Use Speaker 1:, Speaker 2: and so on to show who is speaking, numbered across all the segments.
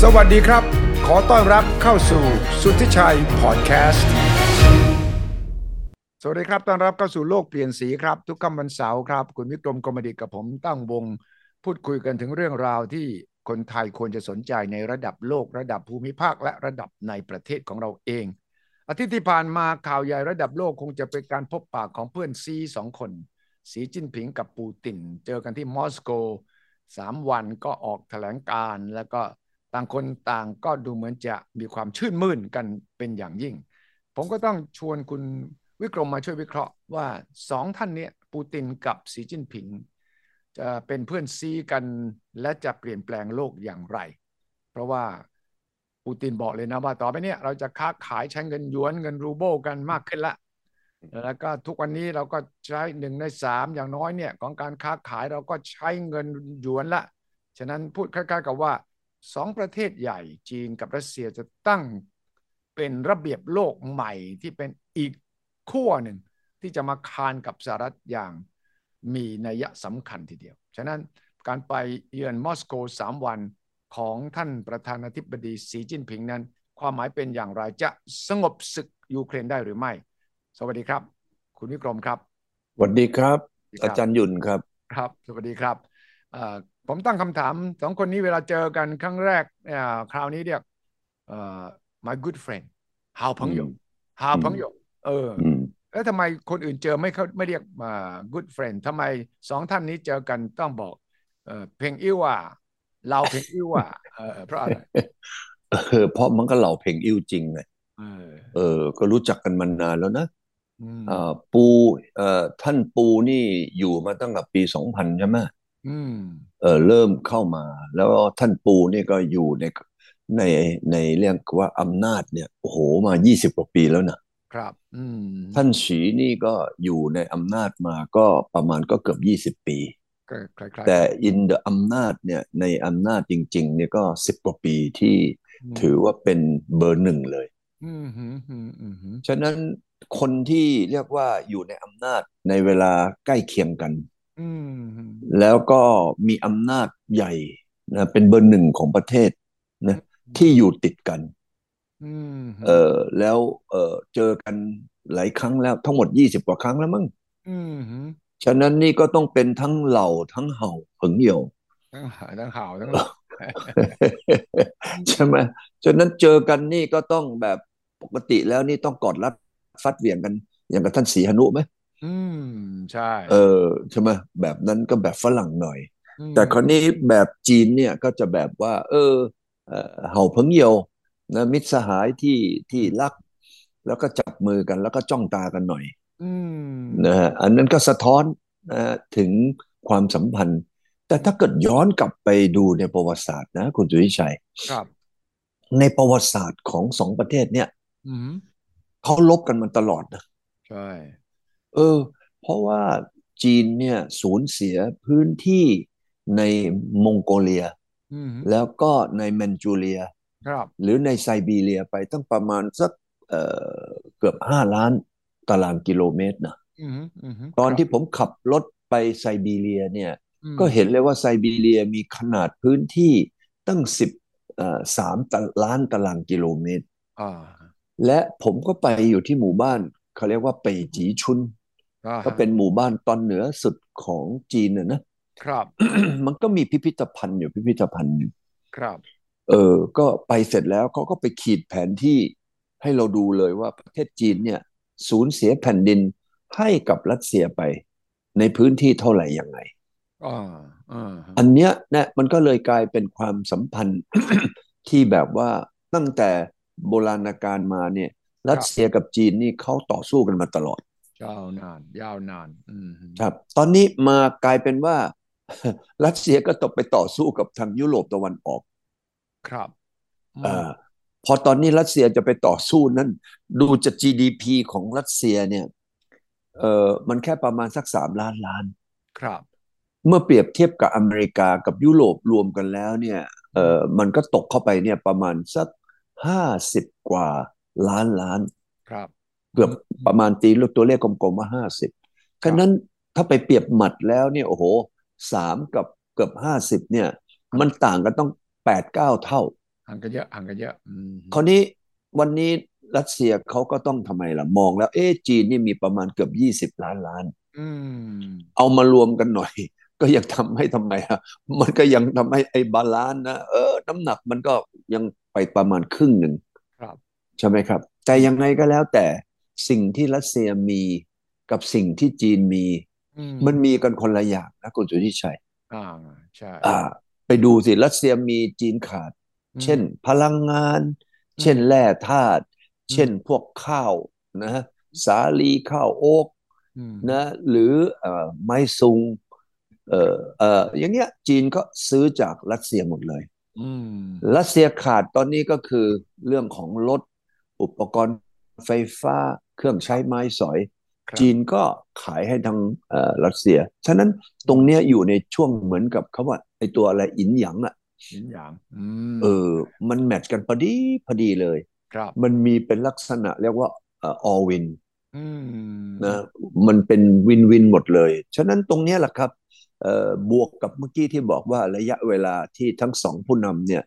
Speaker 1: สวัสดีครับ ขอต้อนรับเข้าสู่สุทธิชัยพอดแคสต์ สวัสดีครับ ต้อนรับเข้าสู่โลกเปลี่ยนสีครับ ทุกค่ำวันเสาร์ครับ คุณวิกรมกมดิตกับผมตั้งวง พูดคุยกันถึงเรื่องราวที่คนไทยควรจะสนใจในระดับโลกระดับภูมิภาค และระดับในประเทศของเราเอง อาทิตย์ที่ผ่านมาข่าวใหญ่ระดับโลกคงจะเป็นการพบปากของเพื่อนซีสองคน สีจิ้นผิงกับปูติน เจอกันที่มอสโกสามวันก็ออกแถลงการณ์แล้วก็ต่างคนต่างก็ดูเหมือนจะมีความชื่นมื่นกันเป็นอย่างยิ่ง ผมก็ต้องชวนคุณวิกรมมาช่วยวิเคราะห์ว่าสองท่านเนี้ยปูตินกับสีจิ้นผิง จะเป็นเพื่อนซีกันและจะเปลี่ยนแปลงโลกอย่างไร เพราะว่าปูตินบอกเลยนะว่าต่อไปเนี่ยเราจะค้าขายใช้เงินหยวนเงินรูเบิลกันมากขึ้นละ แล้วก็ทุกวันนี้เราก็ใช้หนึ่งในสามอย่างน้อยเนี่ยของการค้าขายเราก็ใช้เงินหยวนละ ฉะนั้นพูดคล้ายๆกับว่าสองประเทศใหญ่จีนกับรัสเซียจะตั้งเป็นระเบียบโลกใหม่ที่เป็นอีกขั้วหนึ่ง ที่จะมาคานกับสหรัฐอย่างมีนัยสำคัญทีเดียว ฉะนั้นการไปเยือนมอสโกสามวันของท่านประธานาธิบดีสีจิ้นผิงนั้น ความหมายเป็นอย่างไรจะสงบศึกยูเครนได้หรือไม่ สวัสดีครับ คุณวิกรมครับ
Speaker 2: สวัสดีครับ
Speaker 1: สวัสดีครับ
Speaker 2: อาจารย์หยุ่นครับ
Speaker 1: ครับ สวัสดีครับเอ่อผมตั้งคำถามสองคนนี้เวลาเจอกันครั้งแรกเอ่อคราวนี้เรียกเอ่อ my good friend หาวพังหยกหาวพังหยกเออ
Speaker 2: อืม
Speaker 1: แล้วทำไมคนอื่นเจอไม่เขาไม่เรียกมา good friend ทำไมสองท่านนี้เจอกันต้องบอกเออเพลงอิ่วอ่ะเราเพลงอิ่ว อ่ะเออเพราะอะไร
Speaker 2: เออเพราะมันก็เหล่าเพลงอิ่วจริงไง
Speaker 1: เออ
Speaker 2: เออ ก็รู้จักกันมานานแล้วนะ
Speaker 1: อืม
Speaker 2: เอ่อปูเอ่อท่านปูนี่อยู่มาตั้งแต่ปีสองพันใช่ไหม
Speaker 1: อืม
Speaker 2: เออเริ่มเข้ามา แล้วท่านปูนี่ก็อยู่ในในในเรื่องว่าอำนาจเนี่ยโอ้โหมายี่สิบกว่าปีแล้วนะครับ
Speaker 1: อืม
Speaker 2: ท่านฉีนี่ก็อยู่ในอำนาจมาก็ประมาณก็เกือบยี่สิบปี
Speaker 1: ก็คล้ายๆ
Speaker 2: แต่ in the อำนาจเนี่ยในอำนาจจริง ๆ เนี่ยก็สิบกว่าปีที่ถือว่าเป็นเบอร์หนึ่งเลย
Speaker 1: อืมอืมอืมอืมอืม
Speaker 2: ฉะนั้นคนที่เรียกว่าอยู่ในอำนาจในเวลาใกล้เคียงกัน
Speaker 1: อืมอืม
Speaker 2: แล้วก็มีอำนาจใหญ่นะเป็นเบอร์หนึ่งของประเทศนะที่อยู่ติดกัน
Speaker 1: อืม
Speaker 2: เออแล้วเออเจอกันหลายครั้งแล้วทั้งหมดยี่สิบกว่าครั้งแล้วมั้ง
Speaker 1: อืม
Speaker 2: ฉะนั้นนี่ก็ต้องเป็นทั้งเหล่าทั้งเห่าเผิงเหี่ยว
Speaker 1: ทั้งหาทั้งข่าวทั้งหลอก
Speaker 2: ใช่ไหมฉะนั้นเจอกันนี่ก็ต้องแบบปกติแล้วนี่ต้องกอดรัดฟัดเหวี่ยงกัน อย่างกับท่านศรีหนุไหม
Speaker 1: อืมใช่
Speaker 2: เออใช่ไหมแบบนั้นก็แบบฝรั่งหน่อย
Speaker 1: ม
Speaker 2: แต่คราวนี้แบบจีนเนี่ยก็จะแบบว่า เออเอ่อเห่าเพิงเหี่ยวนะมิตรสหายที่ที่รัก แล้วก็จับมือกันแล้วก็จ้องตากันหน่อย
Speaker 1: อืม
Speaker 2: นะฮะอันนั้นก็สะท้อนนะฮะถึงความสัมพันธ์ แต่ถ้าเกิดย้อนกลับไปดูในประวัติศาสตร์นะคุณสุวิชัย
Speaker 1: ครับ
Speaker 2: ในประวัติศาสตร์ของสองประเทศเนี่ย
Speaker 1: อืม
Speaker 2: เขาลบกันมาตลอดนะ
Speaker 1: ใช่
Speaker 2: เออ เพราะว่าจีนเนี่ยสูญเสียพื้นที่ในมองโกเลีย
Speaker 1: อืม
Speaker 2: แล้วก็ในแมนจูเรีย
Speaker 1: ครับ
Speaker 2: หรือในไซบีเรียไปตั้งประมาณสักเอ่อเกือบห้าล้านตารางกิโลเมตรนะ
Speaker 1: อืมอืม
Speaker 2: ตอนที่
Speaker 1: ครับ
Speaker 2: ผมขับรถไปไซบีเรียเนี่ย
Speaker 1: อืม
Speaker 2: ก็เห็นเลยว่าไซบีเรียมีขนาดพื้นที่ตั้งสิบเอ่อสามล้านตารางกิโลเมตร
Speaker 1: อ่า
Speaker 2: และผมก็ไปอยู่ที่หมู่บ้านเขาเรียกว่าเป่ยจีชุน
Speaker 1: อ่าฮะ
Speaker 2: ก็เป็นหมู่บ้านตอนเหนือสุดของจีนนะนะ
Speaker 1: ครับ
Speaker 2: มันก็มีพิพิธภัณฑ์อยู่พิพิธภัณฑ์หนึ่ง
Speaker 1: ครับ
Speaker 2: เออ ก็ไปเสร็จแล้วเขาก็ไปขีดแผนที่ให้เราดูเลยว่าประเทศจีนเนี่ยสูญเสียแผ่นดินให้กับรัสเซียไป ในพื้นที่เท่าไหร่ยังไง
Speaker 1: อ่าอ่าฮะ
Speaker 2: อันเนี้ยนะมันก็เลยกลายเป็นความสัมพันธ์ ที่แบบว่าตั้งแต่โบราณกาลมาเนี่ย รัสเซียกับจีนนี่เขาต่อสู้กันมาตลอด
Speaker 1: ยาวนานยาวนาน อืม
Speaker 2: ครับ ตอนนี้มากลายเป็นว่า รัสเซียก็ตกไปต่อสู้กับทางยุโรปตะวันออก
Speaker 1: ครับ
Speaker 2: เออพอตอนนี้รัสเซียจะไปต่อสู้นั้น ดูจาก GDP ของรัสเซียเนี่ยเออมันแค่ประมาณสักสามล้านล้าน
Speaker 1: ครับ
Speaker 2: เมื่อเปรียบเทียบกับอเมริกากับยุโรปรวมกันแล้วเนี่ยเออมันก็ตกเข้าไปเนี่ยประมาณสักห้าสิบกว่าล้านล้าน
Speaker 1: ครับ
Speaker 2: เกือบประมาณตีลูกตัวเลขกลมๆว่าห้าสิบ
Speaker 1: ครับ
Speaker 2: ฉะนั้นถ้าไปเปรียบหมัดแล้วเนี่ยโอ้โหสามกับเกือบห้าสิบเนี่ย มันต่างกันต้องแปดเก้าเท่า
Speaker 1: ห่างกันเยอะห่างกันเยอะอืม
Speaker 2: คราวนี้วันนี้รัสเซียเขาก็ต้องทำไมล่ะ มองแล้ว เอ๊ะจีนนี่มีประมาณเกือบยี่สิบล้านล้าน
Speaker 1: อืม
Speaker 2: เอามารวมกันหน่อย ก็ยังทำให้ทำไมอะมันก็ยังทำให้ไอ้บาลานซ์นะเออ น้ำหนักมันก็ยังไปประมาณครึ่งหนึ่ง
Speaker 1: ครับ
Speaker 2: ใช่ไหมครับ แต่ยังไงก็แล้วแต่สิ่งที่รัสเซียมีกับสิ่งที่จีนมี
Speaker 1: อืม
Speaker 2: มันมีกันคนละอย่างนะคุณสุทธิชัย
Speaker 1: อ่าใช่
Speaker 2: อ่า ไปดูสิรัสเซียมีจีนขาด
Speaker 1: อืม
Speaker 2: เช่น พลังงาน
Speaker 1: อืม
Speaker 2: เช่นแร่ธาตุ
Speaker 1: อืม
Speaker 2: เช่นพวกข้าวนะสาลีข้าวโอ๊ก
Speaker 1: อืม
Speaker 2: นะ หรือเอ่อไม้ซุงเอ่อเอ่ออย่างเงี้ยจีนก็ซื้อจากรัสเซียหมดเลย
Speaker 1: อืม
Speaker 2: รัสเซียขาดตอนนี้ก็คือเรื่องของรถ อุปกรณ์ไฟฟ้า เครื่องใช้ไม้สอย
Speaker 1: ครับ
Speaker 2: จีนก็ขายให้ทางเอ่อรัสเซีย ฉะนั้นตรงเนี้ยอยู่ในช่วงเหมือนกับคำว่าไอตัวอะไรอินหยางอ่ะ
Speaker 1: เห็นอย่าง อืม
Speaker 2: เออ มันแมทช์กันพอดีพอดีเลย
Speaker 1: ครับ
Speaker 2: มันมีเป็นลักษณะเรียกว่าเอ่อ all win
Speaker 1: อืม
Speaker 2: นะมันเป็นวินวินหมดเลย ฉะนั้นตรงเนี้ยแหละครับเอ่อบวกกับเมื่อกี้ที่บอกว่าระยะเวลาที่ทั้งสองผู้นำเนี่ย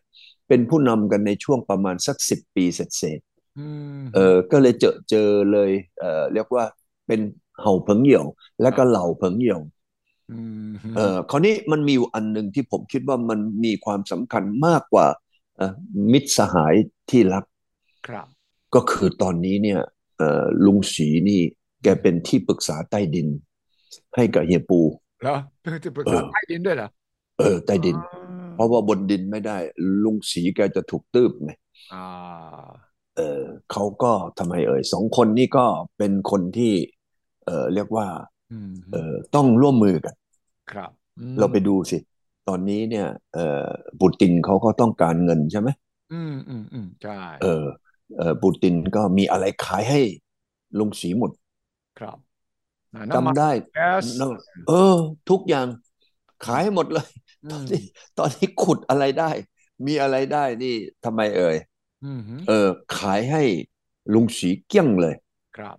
Speaker 2: เป็นผู้นำกันในช่วงประมาณสักสิบปีเสร็จ
Speaker 1: อืม
Speaker 2: ๆเออก็เลยเจอเจอเลยเออเรียกว่าเป็นเห่าเผิงเหี่ยว และก็เหล่าเผิงเหี่ยว
Speaker 1: ม
Speaker 2: เออคราวนี้มันมีอยู่อันหนึ่งที่ผมคิดว่ามันมีความสำคัญมากกว่าเอ่อมิตรสหายที่รัก
Speaker 1: ครับ
Speaker 2: ก็คือตอนนี้เนี่ยเอ่อลุงศรีนี่แกเป็นที่ปรึกษาใต้ดิน ให้กับเฮียปู
Speaker 1: แล้วเพื่อจะปรึกษา
Speaker 2: เออ
Speaker 1: ใต้ดินด้วยเหรอ
Speaker 2: เออใต้ดิน
Speaker 1: อ่า
Speaker 2: เพราะว่าบนดินไม่ได้ ลุงศรีแกจะถูกตืบไง
Speaker 1: อ่า
Speaker 2: เออเขาก็ทำไมเอ่ยสองคนนี่ก็เป็นคนที่เออเรียกว่า
Speaker 1: อืม
Speaker 2: เออต้องร่วมมือกัน
Speaker 1: ครับอืม
Speaker 2: เราไปดูสิ ตอนนี้เนี่ยเออปูตินเขาก็ต้องการเงินใช่ไหม
Speaker 1: อืมอืมอืมใช่
Speaker 2: เออเออปูตินก็มีอะไรขายให้ลุงศรีหมด
Speaker 1: ครับอ่าน้ำมัน
Speaker 2: จำได้
Speaker 1: แก๊ส
Speaker 2: นอกเออ ทุกอย่างขายหมดเลย
Speaker 1: อื
Speaker 2: ตอน
Speaker 1: ม
Speaker 2: นี้ตอนนี้ขุดอะไรได้ มีอะไรได้นี่ทำไมเอ่ย
Speaker 1: อืมฮึ
Speaker 2: เออ ขายให้ลุงศรีเกลี้ยงเลย
Speaker 1: ครับ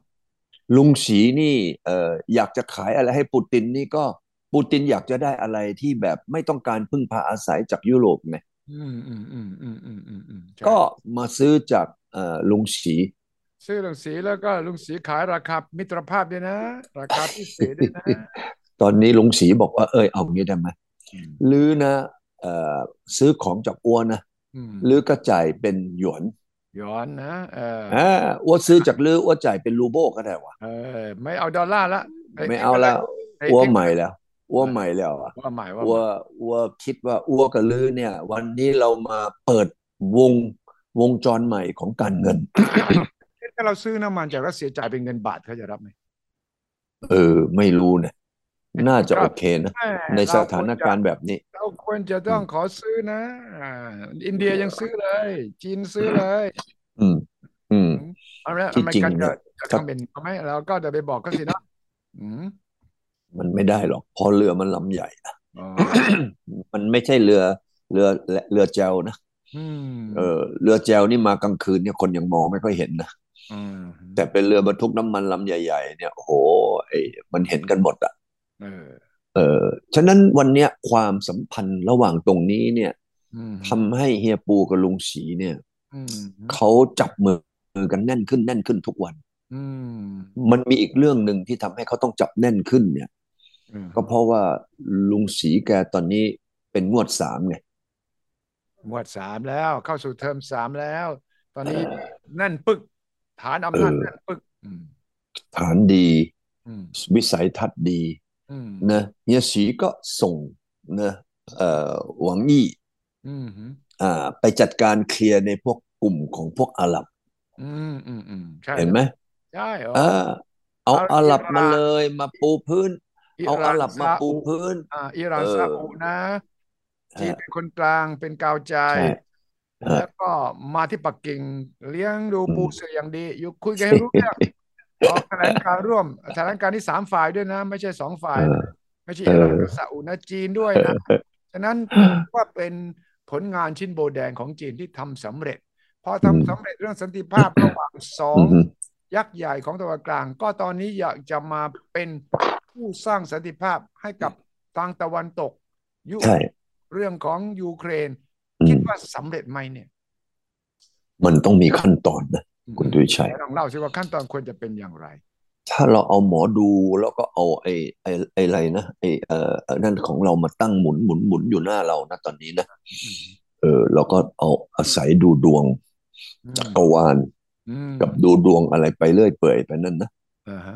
Speaker 2: ลุงศรีนี่เอออยากจะขายอะไรให้ปูตินนี่ก็ปูตินอยากจะได้อะไรที่แบบไม่ต้องการพึ่งพาอาศัยจากยุโรปไง
Speaker 1: อืมอืมอืมอืมอืมอืมอืมใช่
Speaker 2: ก็มาซื้อจากเออลุงศรี
Speaker 1: ซื้อลุงสีแล้วก็ลุงสีขายราคามิตรภาพด้วยนะ ราคาพิเศษด้วยนะ
Speaker 2: ตอนนี้ลุงศรีบอกว่าเอยเอางี้ได้ไหม
Speaker 1: อืม
Speaker 2: หรือนะเออซื้อของจากอ้วนนะ
Speaker 1: อืม
Speaker 2: หรือกระจ่ายเป็นหยวน
Speaker 1: ย้อนนะเออ
Speaker 2: อ่าอ้วซื้อจากลืออ้วจ่ายเป็นรูโบก็ได้วะ
Speaker 1: เออ ไม่เอาดอลลาร์ละอ้
Speaker 2: ไม่เอาแล้ว
Speaker 1: ไอ้
Speaker 2: อ้ว
Speaker 1: ไอ้
Speaker 2: ใหม่แล้วอ้วใหม่แล้วอ่ะ
Speaker 1: ว่าใหม่ว่า
Speaker 2: อ้ว
Speaker 1: ใหม่
Speaker 2: อ้วคิดว่าอ้วกับลือเนี่ย วันนี้เรามาเปิดวงวงจรใหม่ของการเงิน
Speaker 1: ถ้าเราซื้อน้ำมันจากรัสเซียจ่ายเป็นเงินบาทเขาจะรับไหม
Speaker 2: เออ ไม่รู้นะน่าจะโอเคนะ
Speaker 1: แม่
Speaker 2: ในส
Speaker 1: เรา
Speaker 2: ถานการณ์แบบนี้
Speaker 1: เราควรจะต้องขอซื้อนะอ่าอินเดียยังซื้อเลย จีนซื้อเลย
Speaker 2: อืม อืม
Speaker 1: เอาละ
Speaker 2: ที่
Speaker 1: อเมริกัน
Speaker 2: จริงเนี่
Speaker 1: จะ
Speaker 2: ย
Speaker 1: จะ
Speaker 2: ครับ
Speaker 1: คำเป็นเอาไหมเราก็จะไปบอกเขาสินะอืม
Speaker 2: มันไม่ได้หรอกเพอเรือมันลำใหญ่
Speaker 1: อ๋อ
Speaker 2: มันไม่ใช่เรือเรือเรือแจวนะ
Speaker 1: อืม
Speaker 2: เออเรือแจวนี่มากลางคืนเนี่ยคนยังมองไม่ค่อยเห็นนะ
Speaker 1: อืม
Speaker 2: แต่เป็นเรือบรรทุกน้ำมันลำใหญ่ ๆ เนี่ยโอ้โหไอ้มันเห็นกันหมดอ่ะ
Speaker 1: เออ
Speaker 2: เออฉะนั้นวันเนี้ยความสัมพันธ์ระหว่างตรงนี้เนี่ย
Speaker 1: อืม
Speaker 2: ทำให้เฮียปูกับลุงศรีเนี่ย
Speaker 1: อืม
Speaker 2: เขาจับมือกันแน่นขึ้นแน่นขึ้นทุกวัน
Speaker 1: อืม
Speaker 2: มันมีอีกเรื่องหนึ่งที่ทำให้เขาต้องจับแน่นขึ้นเนี่ย
Speaker 1: อืม
Speaker 2: ก็เพราะว่าลุงศรีแกตอนนี้เป็นงวดสามไง
Speaker 1: หมวดสามแล้ว เข้าสู่เทอมสามแล้ว ตอนนี้แนั่นปึก ฐานอำนาจแนั่นปึก อืม
Speaker 2: ฐานดี
Speaker 1: อืม
Speaker 2: วิสัยทัศน์ดี
Speaker 1: อืม
Speaker 2: นะเฮียศรีก็ส่งนะเอ่อหวังอี้
Speaker 1: อืม
Speaker 2: อ่าไปจัดการเคลียร์ในพวกกลุ่มของพวกอาหรับ
Speaker 1: อืมอืมอืมใช่
Speaker 2: เห็นไหม
Speaker 1: ใช่เหรอ
Speaker 2: อ่าเอาอาหรับมาเลย มาปูพื้น
Speaker 1: อิ
Speaker 2: เอา
Speaker 1: หร่า
Speaker 2: อาน หรับ
Speaker 1: ซา
Speaker 2: มาปู
Speaker 1: อุ
Speaker 2: พื้น
Speaker 1: อ่าอิหร่าน
Speaker 2: เออ
Speaker 1: ซาอุนะจีน
Speaker 2: ฮะ
Speaker 1: เป็นคนกลางเป็นกาวใจ
Speaker 2: ใช่ฮะ
Speaker 1: แล้วก็มาที่ปักกิ่งเลี้ยงดู
Speaker 2: อื
Speaker 1: ปู
Speaker 2: ม
Speaker 1: เสืออย่างดี อยู่คุยกันให้รู้เรื่องอ อกแถลงการร่วมแถลงการที่สามฝ่ายด้วยนะ ไม่ใช่สองฝ่า
Speaker 2: เอย อ
Speaker 1: นะไม่ใช่
Speaker 2: เอ
Speaker 1: อิหร่าน
Speaker 2: อ
Speaker 1: กับซาอุนะจีนด้วยนะ ฉะนั้นว่าเป็นผลงานชิ้นโบแดงของจีนที่ทำสำเร็จ พอ
Speaker 2: อืม
Speaker 1: ทำสำเร็จเรื่องสันติภาพระหว่างสอ
Speaker 2: อื
Speaker 1: ง
Speaker 2: มฮึ
Speaker 1: ยักษ์ใหญ่ของตะวันกลาง ก็ตอนนี้อยากจะมาเป็นผู้สร้างสันติภาพให้กับทางตะวันตก ยุ
Speaker 2: ใช่
Speaker 1: เรื่องของยูเครน
Speaker 2: อื
Speaker 1: คิด
Speaker 2: ม
Speaker 1: ว่าสำเร็จไหมเนี่ย
Speaker 2: มันต้องมีขั้นตอนนะ คุณดุชัย
Speaker 1: ลองเล่าสิว่าขั้นตอนควรจะเป็นอย่างไร
Speaker 2: ถ้าเราเอาหมอดูแล้วก็เอาไอ้ไอ้ไอ้อะไรนะไอ้เอ่อนั่นของเรามาตั้งหมุนหมุนหมุนอยู่หน้าเรานะตอนนี้นะเออเราก็เอาอาศัยดูดวง
Speaker 1: อืม
Speaker 2: จักรวาล
Speaker 1: อืม
Speaker 2: กับดูดวงอะไรไปเรื่อยเปื่อยไปนั่นนะ
Speaker 1: อ่าฮะ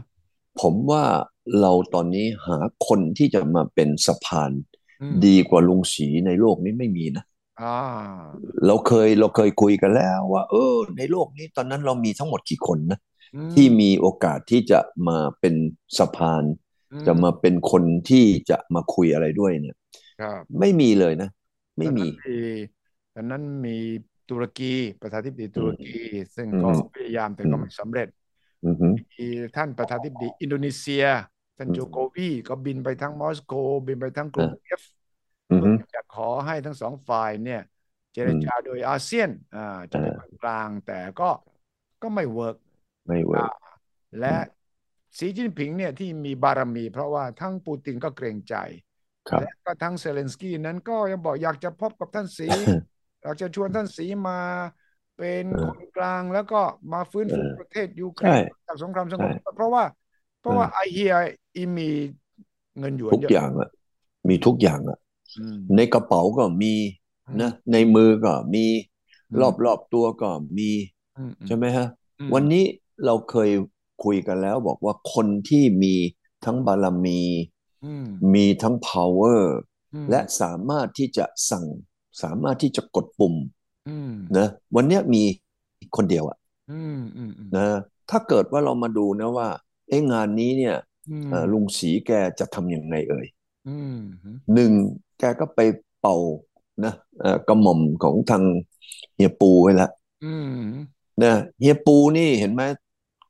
Speaker 2: ผมว่าเราตอนนี้หาคนที่จะมาเป็นสะพาน
Speaker 1: อืม
Speaker 2: ดีกว่าลุงศรีในโลกนี้ไม่มีนะ
Speaker 1: อ่า
Speaker 2: เราเคยเราเคยคุยกันแล้วว่า เออ ในโลกนี้ตอนนั้นเรามีทั้งหมดกี่คนนะ
Speaker 1: อืม
Speaker 2: ที่มีโอกาสที่จะมาเป็นสะพาน
Speaker 1: อื
Speaker 2: จะมาเป็นคนที่จะมาคุยอะไรด้วยเนี่ย
Speaker 1: ครับ
Speaker 2: ไม่มีเลยนะ ไม่มี
Speaker 1: ตอนนั้นมีตอนนั้นมีตุรกีประธานาธิบดีตุรกี ซึ่งก็
Speaker 2: อืม
Speaker 1: พยายามแต่
Speaker 2: อืม
Speaker 1: ก็ไม่สำเร็จ
Speaker 2: อือหือ
Speaker 1: มีท่านประธานาธิบดีอินโดนีเซีย ท่าน
Speaker 2: อืม
Speaker 1: โจโกวีก็บินไปทั้งมอสโก บินไปทั้งกรุงเทพ
Speaker 2: อือหือ
Speaker 1: จะขอให้ทั้งสองฝ่ายเนี่ย เจรจาโดยอาเซียนอ่าจะเป็น
Speaker 2: เออ
Speaker 1: คนกลางแต่ก็ก็ไม่เวิร์ก
Speaker 2: ไม่เวิร์ก
Speaker 1: และ
Speaker 2: อืม
Speaker 1: สีจิ้นผิงเนี่ยที่มีบารมี เพราะว่าทั้งปูตินก็เกรงใจ
Speaker 2: ครับ
Speaker 1: และก็ทั้งเซเลนสกี้นั้นก็ยังบอกอยากจะพบกับท่านสี อยากจะชวนท่านสีมาเป็น
Speaker 2: เออ
Speaker 1: คนกลางแล้วก็มาฟื้นฟู
Speaker 2: เออ
Speaker 1: ประเทศยูเคร
Speaker 2: ใช่
Speaker 1: นจากสงครามสงบ
Speaker 2: ใช่
Speaker 1: เพราะว่าเพราะว่า
Speaker 2: เออ
Speaker 1: ไอเฮียอีมีเงินหยวน
Speaker 2: ทุก
Speaker 1: เย
Speaker 2: อ
Speaker 1: อะ
Speaker 2: ย่างอะมีทุกอย่างอะ
Speaker 1: อืม
Speaker 2: ในกระเป๋าก็มี
Speaker 1: อืม
Speaker 2: นะ ในมือก็มี
Speaker 1: อืม
Speaker 2: รอบรอบตัวก็มี
Speaker 1: อืมอืม
Speaker 2: ใช่ไหมฮะ
Speaker 1: อืม
Speaker 2: วันนี้เราเคยคุยกันแล้วบอกว่าคนที่มีทั้งบารมี
Speaker 1: อืม
Speaker 2: มีทั้ง power
Speaker 1: อืม
Speaker 2: และสามารถที่จะสั่ง สามารถที่จะกดปุ่ม
Speaker 1: อืม
Speaker 2: นะวันเนี้ยมีคนเดียวอะ
Speaker 1: อืมอืมอืม
Speaker 2: นะถ้าเกิดว่าเรามาดูนะว่าเอ้งานนี้เนี่ย
Speaker 1: อืม
Speaker 2: เอ่อลุงศรีแกจะทำยังไงเอ่ย
Speaker 1: อืม
Speaker 2: หนึ่งแกก็ไปเป่านะเอ่อกระหม่อมของทางเฮียปูไว้แล้ว
Speaker 1: อืม
Speaker 2: นะเฮียปูนี่เห็นไหม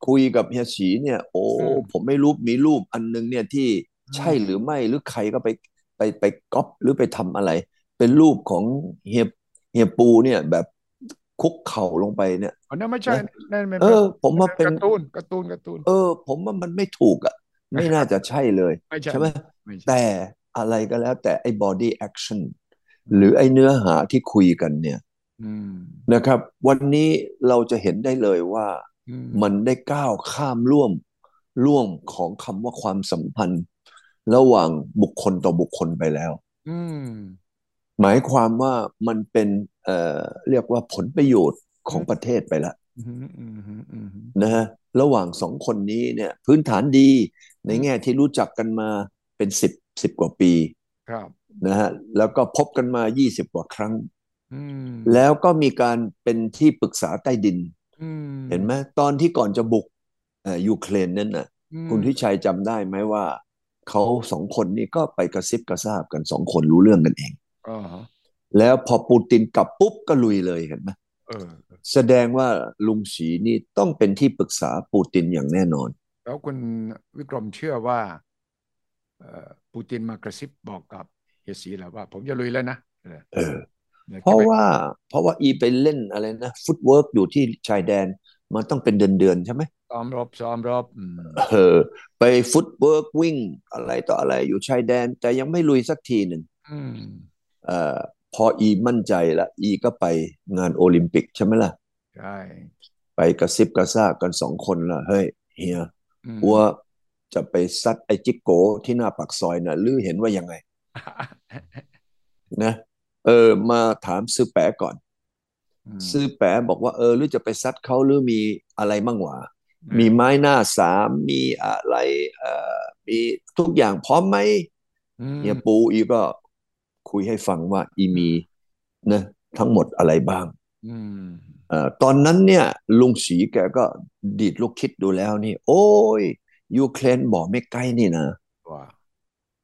Speaker 2: คุยกับเฮียฉีเนี่ย โอ้
Speaker 1: อืม
Speaker 2: ผมไม่รู้มีรูปอันนึงเนี่ยที่
Speaker 1: อืม
Speaker 2: ใช่หรือไม่หรือใครก็ไปไปไปก๊อปหรือไปทำอะไร เป็นรูปของเฮียเฮียปูเนี่ยแบบคุกเข่าลงไปเนี่ย
Speaker 1: อันนั้นไม่ใช่
Speaker 2: นะ
Speaker 1: นั่นมัน
Speaker 2: เอ
Speaker 1: เป็น
Speaker 2: อ ผมว่าเป็น
Speaker 1: การ์ตูนการ์ตูนการ์ตูน
Speaker 2: เออ ผมว่ามันไม่ถูกอ่ะ ไม่น่าจะใช่เลย
Speaker 1: ไม่ใช่
Speaker 2: ใช่ไหม
Speaker 1: ไม่ใช่
Speaker 2: แต่อะไรก็แล้วแต่ไอ้ body action หรือไอ้เนื้อหาที่คุยกันเนี่ย
Speaker 1: อืม
Speaker 2: นะครับ วันนี้เราจะเห็นได้เลยว่า
Speaker 1: อืม
Speaker 2: มันได้ก้าวข้ามร่วมร่วมของคำว่าความสัมพันธ์ ระหว่างบุคคลต่อบุคคลไปแล้ว
Speaker 1: อืม
Speaker 2: หมายความว่ามันเป็นเอ่อเรียกว่าผลประโยชน์ของประเทศไปแล้ว
Speaker 1: อืมอืมอืมอืม
Speaker 2: นะฮะระหว่างสองคนนี้เนี่ยพื้นฐานดีใน
Speaker 1: อืม
Speaker 2: แง่ที่รู้จักกันมาเป็นสิบสิบกว่าปี
Speaker 1: ครับ
Speaker 2: นะฮะแล้วก็พบกันมายี่สิบกว่าครั้ง
Speaker 1: อืม
Speaker 2: แล้วก็มีการเป็นที่ปรึกษาใต้ดิน
Speaker 1: อืม
Speaker 2: เห็นไหมตอนที่ก่อนจะบุกเอ่อยูเครนนั่นน่ะ
Speaker 1: อืม
Speaker 2: คุณทิชัยจำได้ไหมว่า เขาสองคนนี่ก็ไปกระซิบกระซาบกันสองคนรู้เรื่องกันเอง
Speaker 1: อ่าฮะ
Speaker 2: แล้วพอปูตินกลับปุ๊บก็ลุยเลยเห็นไหม
Speaker 1: เออ
Speaker 2: แสดงว่าลุงศรีนี่ต้องเป็นที่ปรึกษาปูตินอย่างแน่นอน
Speaker 1: แล้วคุณวิกรมเชื่อว่าเอ่อปูตินมากระซิบบอกกับเฮียสีแล้วว่า ผมจะลุยแล้วนะเออ
Speaker 2: เออ
Speaker 1: เนี่ย
Speaker 2: เพราะ
Speaker 1: แกไป
Speaker 2: ว่าเพราะว่าอีไปเล่นอะไรนะฟุตเวิร์กอยู่ที่ชายแดนมันต้องเป็นเดือนๆใช่ไหม
Speaker 1: ซ้อมรบซ้อมรบอืม
Speaker 2: เออ ไปฟุตเวิร์กวิ่งอะไรต่ออะไรอยู่ชายแดน แต่ยังไม่ลุยสักทีหนึ่ง
Speaker 1: อืม
Speaker 2: เอ่อพออีมั่นใจละอีก็ไปงานโอลิมปิกใช่ไหมล่ะ
Speaker 1: ใช่
Speaker 2: ไปกระซิบกระซาบกันสองคนละเฮ้ยเฮีย
Speaker 1: อืม
Speaker 2: อัวจะไปซัดไอ้จิกโกที่หน้าปากซอยน่ะลือเห็นว่ายังไงนะเออ มาถามซื้อแปะก่อน
Speaker 1: อืม
Speaker 2: ซื้อแปะบอกว่าเออหรือจะไปซัดเขาหรือมีอะไรมั่งหวา
Speaker 1: เออ
Speaker 2: มีไม้หน้าสามมีอะไรเอ่อมีทุกอย่างพร้อมไหม
Speaker 1: อืม
Speaker 2: เฮียปูอีก็คุยให้ฟังว่าอีมีนะทั้งหมดอะไรบ้าง
Speaker 1: อืม
Speaker 2: เอ่อตอนนั้นเนี่ยลุงศรีแกก็ดีดลูกคิดดูแล้วนี่ โอ้ยยูเครนบอกไม่ใกล้นี่นะ
Speaker 1: ว่า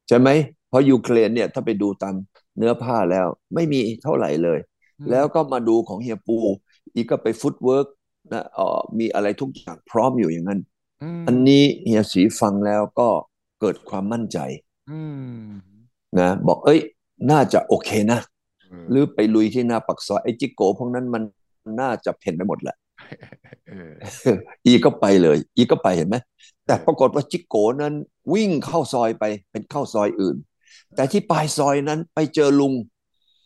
Speaker 2: ใช่ไหมเพราะยูเครนเนี่ยถ้าไปดูตามเนื้อผ้าแล้วไม่มีเท่าไหร่เลย
Speaker 1: อืม
Speaker 2: แล้วก็มาดูของเฮียปู อีกก็ไปฟุตเวิร์กนะเอ่อมีอะไรทุกอย่างพร้อมอยู่อย่างนั้น
Speaker 1: อืม
Speaker 2: อันนี้เฮียสีฟังแล้วก็เกิดความมั่นใจ
Speaker 1: อืม
Speaker 2: นะบอกเอ้ย น่าจะโอเคนะ
Speaker 1: เออ
Speaker 2: หรือไปลุยที่หน้าปากซอยไอ้จิโก้พวกนั้นมันน่าจะเพ่นไปหมดแหละ
Speaker 1: เออ
Speaker 2: อีก็ไปเลย อีก็ไปเห็นไหมแต่ปรากฏว่าจิโก้นั้นวิ่งเข้าซอยไปเป็นเข้าซอยอื่น แต่ที่ปลายซอยนั้นไปเจอลุง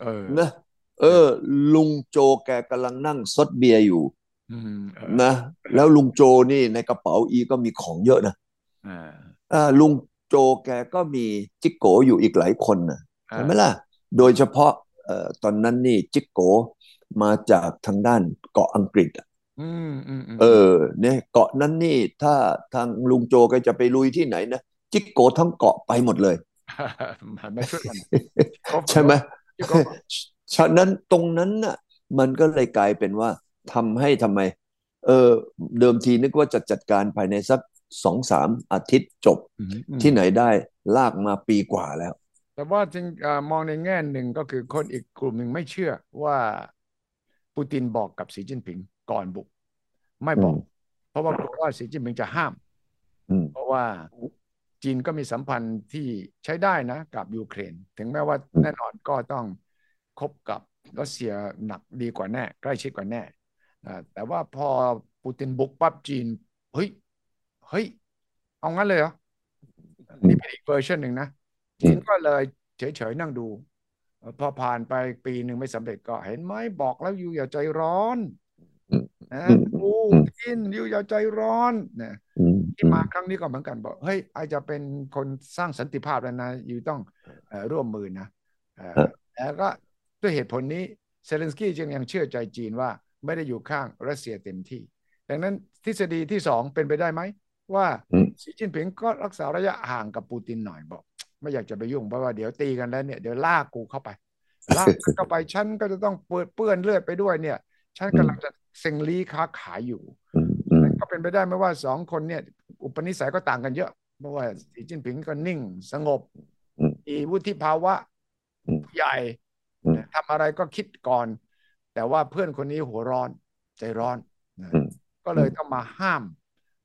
Speaker 1: เออ
Speaker 2: นะ เออ ลุงโจแกกำลังนั่งซดเบียร์อยู่
Speaker 1: อืมเออ
Speaker 2: นะแล้วลุงโจนี่ในกระเป๋าอีก็มีของเยอะนะ
Speaker 1: อ่า
Speaker 2: อ่าลุงโจแกก็มีจิกโกอยู่อีกหลายคนนะ
Speaker 1: อ่า
Speaker 2: ใช่ไหมล่ะ โดยเฉพาะเอ่อตอนนั้นนี่จิกโกมาจากทางด้านเกาะอังกฤษอะ
Speaker 1: อืมอืมอืม
Speaker 2: เออเนี่ยเกาะนั้นนี่ถ้าทางลุงโจก็จะไปลุยที่ไหนนะจิกโกทั้งเกาะไปหมดเลย
Speaker 1: หัน มาช่วยกัน
Speaker 2: ใช่ไหม
Speaker 1: ที่เขาบอก
Speaker 2: ฉะนั้นตรงนั้นน่ะมันก็เลยกลายเป็นว่าทำให้ทำไม เออเดิมทีนึกว่าจะจัดการภายในสักสองสามอาทิตย์จบ
Speaker 1: อืมอืม
Speaker 2: ที่ไหนได้ลากมาปีกว่าแล้ว
Speaker 1: แต่ว่าจริงเอ่อมองในแง่หนึ่งก็คือคนอีกกลุ่มหนึ่งไม่เชื่อว่าปูตินบอกกับสีจิ้นผิงก่อนบุก ไม่บอก
Speaker 2: อืม
Speaker 1: เพราะว่ากลัวว่าสีจิ้นผิงจะห้าม
Speaker 2: อืม
Speaker 1: เพราะว่าจีนก็มีสัมพันธ์ที่ใช้ได้นะกับยูเครน ถึงแม้ว่า
Speaker 2: อืม
Speaker 1: แน่นอนก็ต้องคบกับรัสเซียหนักดีกว่าแน่ ใกล้ชิดกว่าแน่อ่าแต่ว่าพอปูตินบุกปั๊บจีน เฮ้ย เฮ้ย เอางั้นเลยเหรอ นี่เป็นอีกเวอร์ชันหนึ่งนะ
Speaker 2: อืม
Speaker 1: จีนก็เลยเฉยๆนั่งดู พอผ่านไปปีหนึ่งไม่สำเร็จก็เห็นไหมบอกแล้วอยู่อย่าใจร้อนนะกูกินอยู่อย่าใจร้อนนะ
Speaker 2: อืม
Speaker 1: ที่มาครั้งนี้ก็เหมือนกันบอกเฮ้ยไอจะเป็นคนสร้างสันติภาพแล้วนะอยู่ต้องเอ่อร่วมมือนะเอ่อแล้วก็ด้วยเหตุผลนี้เซเลนสกี้จึงยังเชื่อใจจีนว่าไม่ได้อยู่ข้างรัสเซียเต็มที่ ดังนั้นทฤษฎีที่สองเป็นไปได้ไหม ว่า
Speaker 2: อืม
Speaker 1: สีจิ้นผิงก็รักษาระยะห่างกับปูตินหน่อยบอก ไม่อยากจะไปยุ่งเพราะว่าเดี๋ยวตีกันแล้วเนี่ยเดี๋ยวลากกูเข้าไปลากกูเข้าไป ฉันก็จะต้องเปื้อนเปื้อนเลือดไปด้วยเนี่ยฉันกำลังจะเซ็งลีค้าขายอยู่
Speaker 2: อืมอืม
Speaker 1: ก็เป็นไปได้ไหมว่าสองคนเนี่ย อุปนิสัยก็ต่างกันเยอะเพราะว่าสีจิ้นผิงก็นิ่งสงบ
Speaker 2: อืม
Speaker 1: มีวุฒิภาวะ
Speaker 2: อืม
Speaker 1: ใหญ่
Speaker 2: อืม
Speaker 1: ทำอะไรก็คิดก่อน แต่ว่าเพื่อนคนนี้หัวร้อนใจร้อนนะ
Speaker 2: อืม
Speaker 1: ก็เลยต้องมาห้าม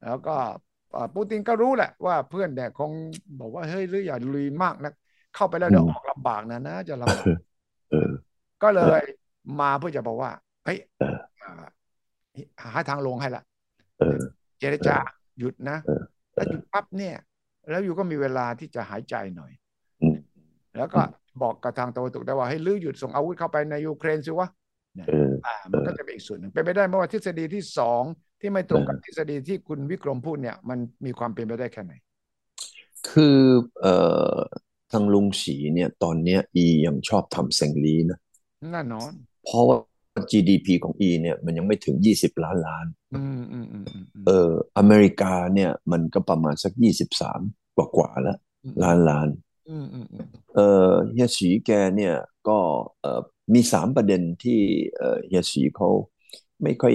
Speaker 1: แล้วก็เอ่อปูตินก็รู้แหละว่าเพื่อนเนี่ยคงบอกว่าเฮ้ยหรืออย่าลุยมากนะเข้าไปแล้วเดี๋ยวออกลำบากนะนะจะลำบาก
Speaker 2: เออ
Speaker 1: ก็เลยมาเพื่อจะบอกว่าเฮ้ย
Speaker 2: เออ
Speaker 1: เอ่อหาทางลงให้ละ
Speaker 2: เออ
Speaker 1: เจรจาหยุดนะ
Speaker 2: เออเออ
Speaker 1: แล้วหยุดปั๊บเนี่ย แล้วอยู่ก็มีเวลาที่จะหายใจหน่อย
Speaker 2: อืม
Speaker 1: แล้วก็บอกกับทางตะวันตกได้ว่าให้ลื้อหยุดส่งอาวุธเข้าไปในยูเครนสิวะ
Speaker 2: เออ
Speaker 1: อ่ามันก็จะเป็นอีกส่วนหนึ่งเป็นไปได้ไหมว่าทฤษฎีที่สองที่ไม่ตรงกับทฤษฎีที่คุณวิกรมพูดเนี่ย มันมีความเป็นไปได้แค่ไหน
Speaker 2: คือเอ่อทางลุงสีเนี่ยตอนเนี้ยอียังชอบทำเซงลีนะ
Speaker 1: แน่นอน
Speaker 2: เพราะว่า GDP ของอีเนี่ยมันยังไม่ถึง 20 ล้านล้าน
Speaker 1: อืมอืมอืมอืมอืม
Speaker 2: เอออเมริกาเนี่ยมันก็ประมาณสัก 23 กว่ากว่าๆแล้วล้านล้าน
Speaker 1: อืมอืมอืม
Speaker 2: เออเฮียสีแกเนี่ยก็เออมีสามประเด็นที่เออเฮียสีเขาไม่ค่อย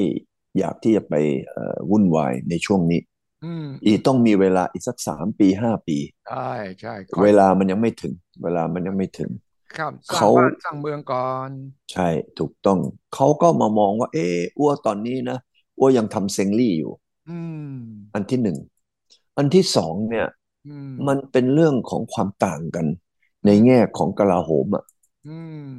Speaker 2: อยากที่จะไปเออวุ่นวายในช่วงนี้
Speaker 1: อืม
Speaker 2: อีต้องมีเวลาอีกสักสามปีห้าปี
Speaker 1: ใช่ใช่ขอ
Speaker 2: เวลามันยังไม่ถึง เวลามันยังไม่ถึง
Speaker 1: ครับสร้าง
Speaker 2: เขา
Speaker 1: บ้านสร้างเมืองก่อน
Speaker 2: ใช่ถูกต้อง เขาก็มามองว่า เอออ้วตอนนี้นะอ้วยังทำเซงลี่อยู่
Speaker 1: อืม
Speaker 2: อันที่หนึ่ง อันที่สองเนี่ย
Speaker 1: อืม
Speaker 2: มันเป็นเรื่องของความต่างกัน ในแง่ของกลาโหมอ่ะ
Speaker 1: อืม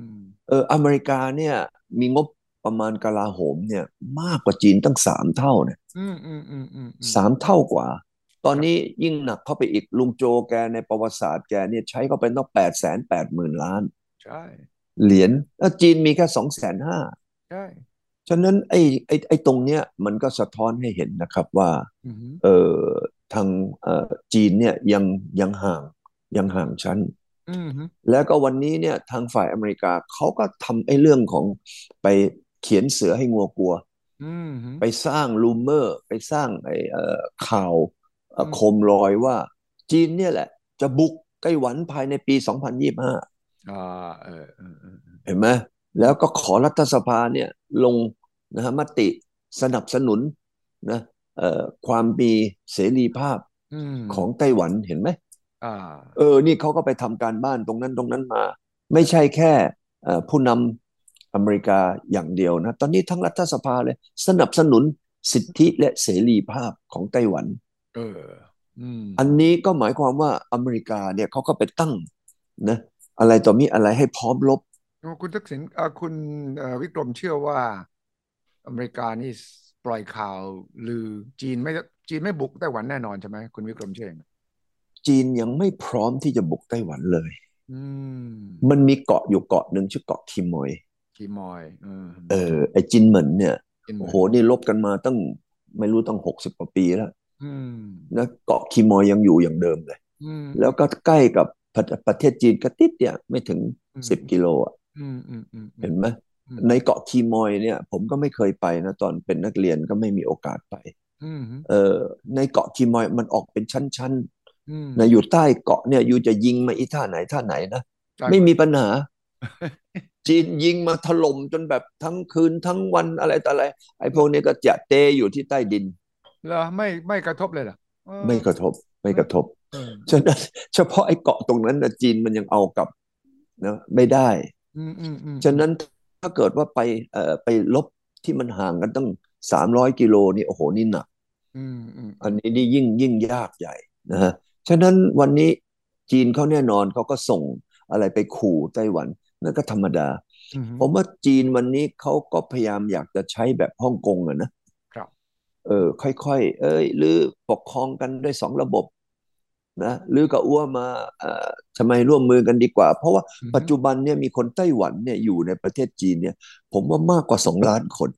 Speaker 2: เอออเมริกาเนี่ย มีงบประมาณกลาโหมเนี่ย มากกว่าจีนตั้งสามเท่าเนี่ย
Speaker 1: อืมอืมอืมอืมอืม
Speaker 2: สามเท่ากว่า ตอนนี้ยิ่งหนักเข้าไปอีกลุงโจแกในประวัติศาสตร์แกเนี่ยใช้เข้าไปต้องแปดแสนแปดหมื่นล้าน
Speaker 1: ใช่
Speaker 2: เหรียญแล้วจีนมีแค่สองแสนห้า
Speaker 1: ใช่
Speaker 2: ฉะนั้นไอ้ไอ้ไอ้ตรงเนี้ยมันก็สะท้อนให้เห็นนะครับว่า
Speaker 1: อืม
Speaker 2: เออทางเออจีนเนี่ยยังยังห่างยังห่างชั้น
Speaker 1: อืม
Speaker 2: แล้วก็วันนี้เนี่ยทางฝ่ายอเมริกาเขาก็ทำไอ้เรื่องของไปเขียนเสือให้งัวกลัว
Speaker 1: อืมอืม
Speaker 2: ไปสร้างลูมเมอร์ ไปสร้างไอ้เอ่อข่าวเอ่อโคมลอยว่า จีนเนี่ยแหละ จะบุกไต้หวันภายในปี 2025
Speaker 1: อ่าเออเออเออเออ
Speaker 2: เห็นไหมแล้วก็ขอรัฐสภาเนี่ยลงนะฮะมติสนับสนุนนะเอ่อความมีเสรีภาพ
Speaker 1: อืม
Speaker 2: ของไต้หวันเห็นไหม
Speaker 1: อ่า
Speaker 2: เออนี่เขาก็ไปทำการบ้านตรงนั้นตรงนั้นมา ไม่ใช่แค่เอ่อผู้นำอเมริกาอย่างเดียวนะ ตอนนี้ทั้งรัฐสภาเลย สนับสนุนสิทธิและเสรีภาพของไต้หวัน
Speaker 1: เออ อืม
Speaker 2: อันนี้ก็หมายความว่าอเมริกาเนี่ยเขาก็ไปตั้งนะอะไรต่อมีอะไรให้พร้อมรบ
Speaker 1: คุณทักษิณเอ่อคุณเอ่อวิกรมเชื่อว่า อเมริกานี่ปล่อยข่าวลือจีนไม่จีนไม่บุกไต้หวันแน่นอนใช่ไหมคุณวิกรมเชื่ออย่างนั้น
Speaker 2: จีนยังไม่พร้อมที่จะบุกไต้หวันเลย
Speaker 1: อืม
Speaker 2: มันมีเกาะอยู่เกาะหนึ่งชื่อเกาะคิมอย
Speaker 1: คีมอยเออ
Speaker 2: เออไอ้จินเหมินเนี่ย
Speaker 1: กินเหมื
Speaker 2: โอ้
Speaker 1: อน
Speaker 2: โหนี่ลบกันมาตั้งไม่รู้ตั้งหกสิบกว่าปีแล้ว
Speaker 1: อืม
Speaker 2: นะเกาะคีมอยยังอยู่อย่างเดิมเลย
Speaker 1: อืม
Speaker 2: แล้วก็ใกล้กับประประเทศจีนกระติดเนี่ยไม่ถึง
Speaker 1: อืม
Speaker 2: สิบกิโลอ่ะ
Speaker 1: อืมอืมอืมอืม
Speaker 2: เห็นไหม
Speaker 1: อืม
Speaker 2: ในเกาะคีมอยเนี่ยผมก็ไม่เคยไปนะตอนเป็นนักเรียนก็ไม่มีโอกาสไป
Speaker 1: อืม
Speaker 2: เออในเกาะคีมอยมันออกเป็นชั้น
Speaker 1: อืม
Speaker 2: ๆนะอยู่ใต้เกาะเนี่ยอยู่จะยิงมาอีท่าไหนท่าไหนนะ
Speaker 1: ใช่
Speaker 2: ไม่มีปัญ หา จีนยิงมาถล่มจนแบบทั้งคืนทั้งวันอะไรต่ออะไร ไอ้พวกนี้ก็จะเตอยู่ที่ใต้ดิน
Speaker 1: เหรอไม่ไม่กระทบเลยเหรอเออ
Speaker 2: ไม่กระทบไม่กระทบ
Speaker 1: เออ
Speaker 2: ฉะนั้น เฉพาะไอ้เกาะตรงนั้นนะจีนมันยังเอากลับนะไม่ได้
Speaker 1: อืมอืมอืม
Speaker 2: ฉะนั้นถ้าเกิดว่าไปเอ่อไปลบที่มันห่างกันตั้งสามร้อยกิโลนี่โอ้โหนี่หนัก
Speaker 1: อืมอืม
Speaker 2: อันนี้นี่ยิ่งยิ่งยากใหญ่นะฮะ ฉะนั้นวันนี้จีนเขาแน่นอนเขาก็ส่งอะไรไปขู่ไต้หวันนั่นก็ธรรมดา
Speaker 1: อืม
Speaker 2: ผมว่าจีนวันนี้เขาก็พยายามอยากจะใช้แบบฮ่องกงอะนะครับ เออ ค่อยๆ เอ้ยหรือปกครองกันด้วยสองระบบนะหรือกับอ้วมาเอ่อทำไมร่วมมือกันดีกว่า เพราะว่า
Speaker 1: อืม
Speaker 2: ปัจจุบันเนี่ยมีคนไต้หวันเนี่ยอยู่ในประเทศจีนเนี่ย ผมว่ามากกว่าสองล้านคน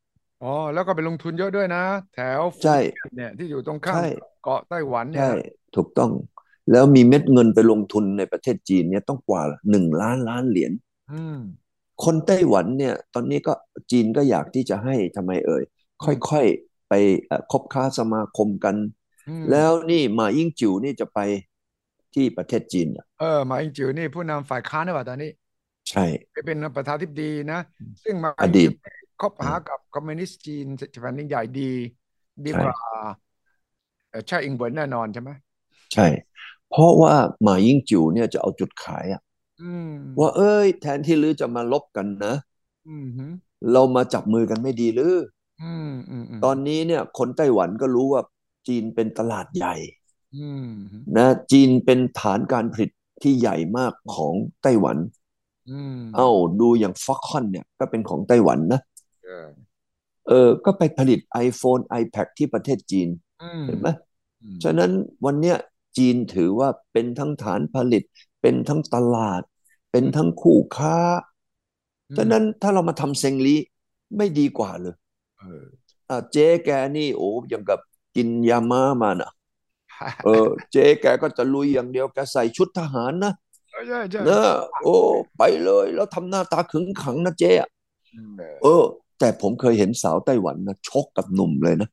Speaker 1: อ๋อแล้วก็ไปลงทุนเยอะด้วยนะ แถวฟู
Speaker 2: ใช่
Speaker 1: เก็ตเนี่ยที่อยู่ตรงข้าม
Speaker 2: ใช่
Speaker 1: เกาะไต้หวันเนี่ย
Speaker 2: ใช่
Speaker 1: นะ
Speaker 2: ถูกต้อง แล้วมีเม็ดเงินไปลงทุนในประเทศจีนเนี่ยต้องกว่าหนึ่งล้านล้านเหรียญ
Speaker 1: อืม
Speaker 2: คนไต้หวันเนี่ย ตอนนี้ก็จีนก็อยากที่จะให้ทำไมเอ่ย ค่อยๆ ไปเอ่อคบค้าสมาคมกัน
Speaker 1: อืม
Speaker 2: แล้วนี่หมายิ่งจิ๋วนี่จะไปที่ประเทศจีนอ่ะ
Speaker 1: เออหมาอิงจิ๋วนี่ผู้นำฝ่ายค้านหรือเปล่าตอนนี้
Speaker 2: ใช่
Speaker 1: ไปเป็นประธานาธิบดีนะ ซึ่งมา
Speaker 2: อดีต
Speaker 1: คบหากับคอมมิวนิสต์จีนแผ่นดินใหญ่ดี ดี
Speaker 2: ใช่
Speaker 1: กว่าเอ่อชาอิงเหวินแน่นอนใช่ไหม
Speaker 2: ใช่ เพราะว่าหมายิ่งจิ๋วเนี่ยจะเอาจุดขายอ่ะ
Speaker 1: อืม
Speaker 2: ว่าเอ้ย แทนที่ลือจะมาลบกันนะ
Speaker 1: อืมหืม
Speaker 2: เรามาจับมือกันไม่ดีหรือ
Speaker 1: อืมอืมอืม
Speaker 2: ตอนนี้เนี่ยคนไต้หวันก็รู้ว่าจีนเป็นตลาดใหญ่
Speaker 1: อืมหืม
Speaker 2: นะจีนเป็นฐานการผลิตที่ใหญ่มากของไต้หวัน
Speaker 1: อืม
Speaker 2: เอ้าดูอย่างฟ็อกคอนเนี่ยก็เป็นของไต้หวันนะ
Speaker 1: เออ
Speaker 2: เออก็ไปผลิต iPhone iPad ที่ประเทศจีน
Speaker 1: อืม
Speaker 2: เห็นไหม
Speaker 1: อืม
Speaker 2: ฉะนั้นวันเนี้ยจีนถือว่าเป็นทั้งฐานผลิต เป็นทั้งตลาด เป็นทั้งคู่ค้า
Speaker 1: อืม
Speaker 2: ฉะนั้นถ้าเรามาทำเซงลี้ไม่ดีกว่าเลย
Speaker 1: เออ
Speaker 2: อ่ะเจ๊แกนี่โอ้ยังกับกินยาม้ามานะ เออเจ๊แกก็จะลุยอย่างเดียวแกใส่ชุดทหารนะ
Speaker 1: เออใช่ใช่
Speaker 2: เนอะโอ้ไปเลย แล้วทำหน้าตาขึงขังนะเจ๊อะ
Speaker 1: อืมเออ
Speaker 2: เออ แต่ผมเคยเห็นสาวไต้หวันนะชกกับหนุ่มเลยนะ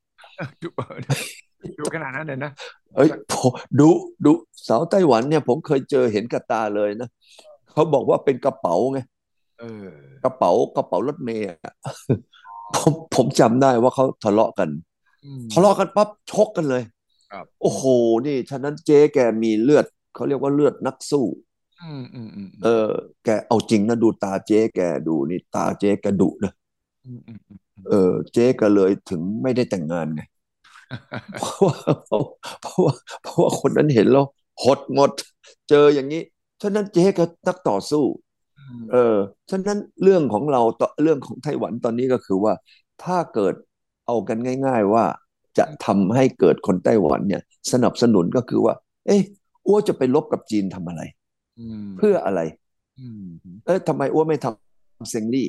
Speaker 1: ดู ดูขนาดนั้นเลยนะ
Speaker 2: เอ้ยผมดูดูสาวไต้หวันเนี่ย ผมเคยเจอเห็นกับตาเลยนะเขาบอกว่าเป็นกระเป๋าไง
Speaker 1: เออก
Speaker 2: ระเป๋ากระเป๋ารถเมย์อะ ผมผมจำได้ว่าเขาทะเลาะกัน
Speaker 1: อืม
Speaker 2: ทะเลาะกันปั๊บชกกันเลย
Speaker 1: ครับ
Speaker 2: โอ้โหนี่ฉะนั้นเจ๊แกมีเลือดเขาเรียกว่าเลือดนักสู้
Speaker 1: อืมอืมอืมอื
Speaker 2: เอ
Speaker 1: ม
Speaker 2: อแกเอาจริงนะดูตาเจ๊แกดูนี่ตาเจ๊แกดุนะ
Speaker 1: อืมอืมอืม
Speaker 2: เออเจ๊ก็เลยถึงไม่ได้แต่งงานไง เพราะว่าเพราะว่าเพราะว่าคนนั้นเห็นแล้วหดหมด เจออย่างนี้ ฉะนั้นเจ๊ก็นักต่อสู้
Speaker 1: อืม
Speaker 2: เออฉะนั้นเรื่องของเราต่อเรื่องของไต้หวันตอนนี้ก็คือว่า ถ้าเกิดเอากันง่าย ๆว่าจะทำให้เกิดคนไต้หวันเนี่ย สนับสนุนก็คือว่า เอ๊ะอ้วจะไปลบกับจีนทำอะไร
Speaker 1: อืม
Speaker 2: เพื่ออะไร
Speaker 1: อืมอืม
Speaker 2: เอ๊ะทำไมอ้วไม่ทำเซงลี่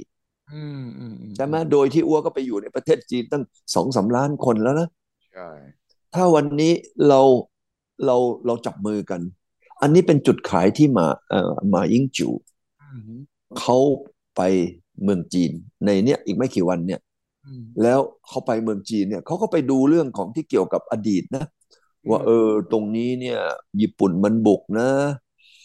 Speaker 1: อืมอืมอืม
Speaker 2: ใช่ไหม
Speaker 1: อืม
Speaker 2: โดยที่อ้วก็ไปอยู่ในประเทศจีนตั้งสองสามล้านคนแล้วนะ
Speaker 1: ใช่
Speaker 2: ถ้าวันนี้เราเราเราจับมือกัน อันนี้เป็นจุดขายที่หมาเอ่อหมายิ่งจิว
Speaker 1: อืมหืม
Speaker 2: เขาไปเมืองจีนในเนี้ยอีกไม่กี่วันเนี่ย
Speaker 1: อืม
Speaker 2: แล้วเขาไปเมืองจีนเนี่ยเขาก็ไปดูเรื่องของที่เกี่ยวกับอดีตนะ
Speaker 1: อื
Speaker 2: ว่าม เออตรงนี้เนี่ยญี่ปุ่นมันบุกนะ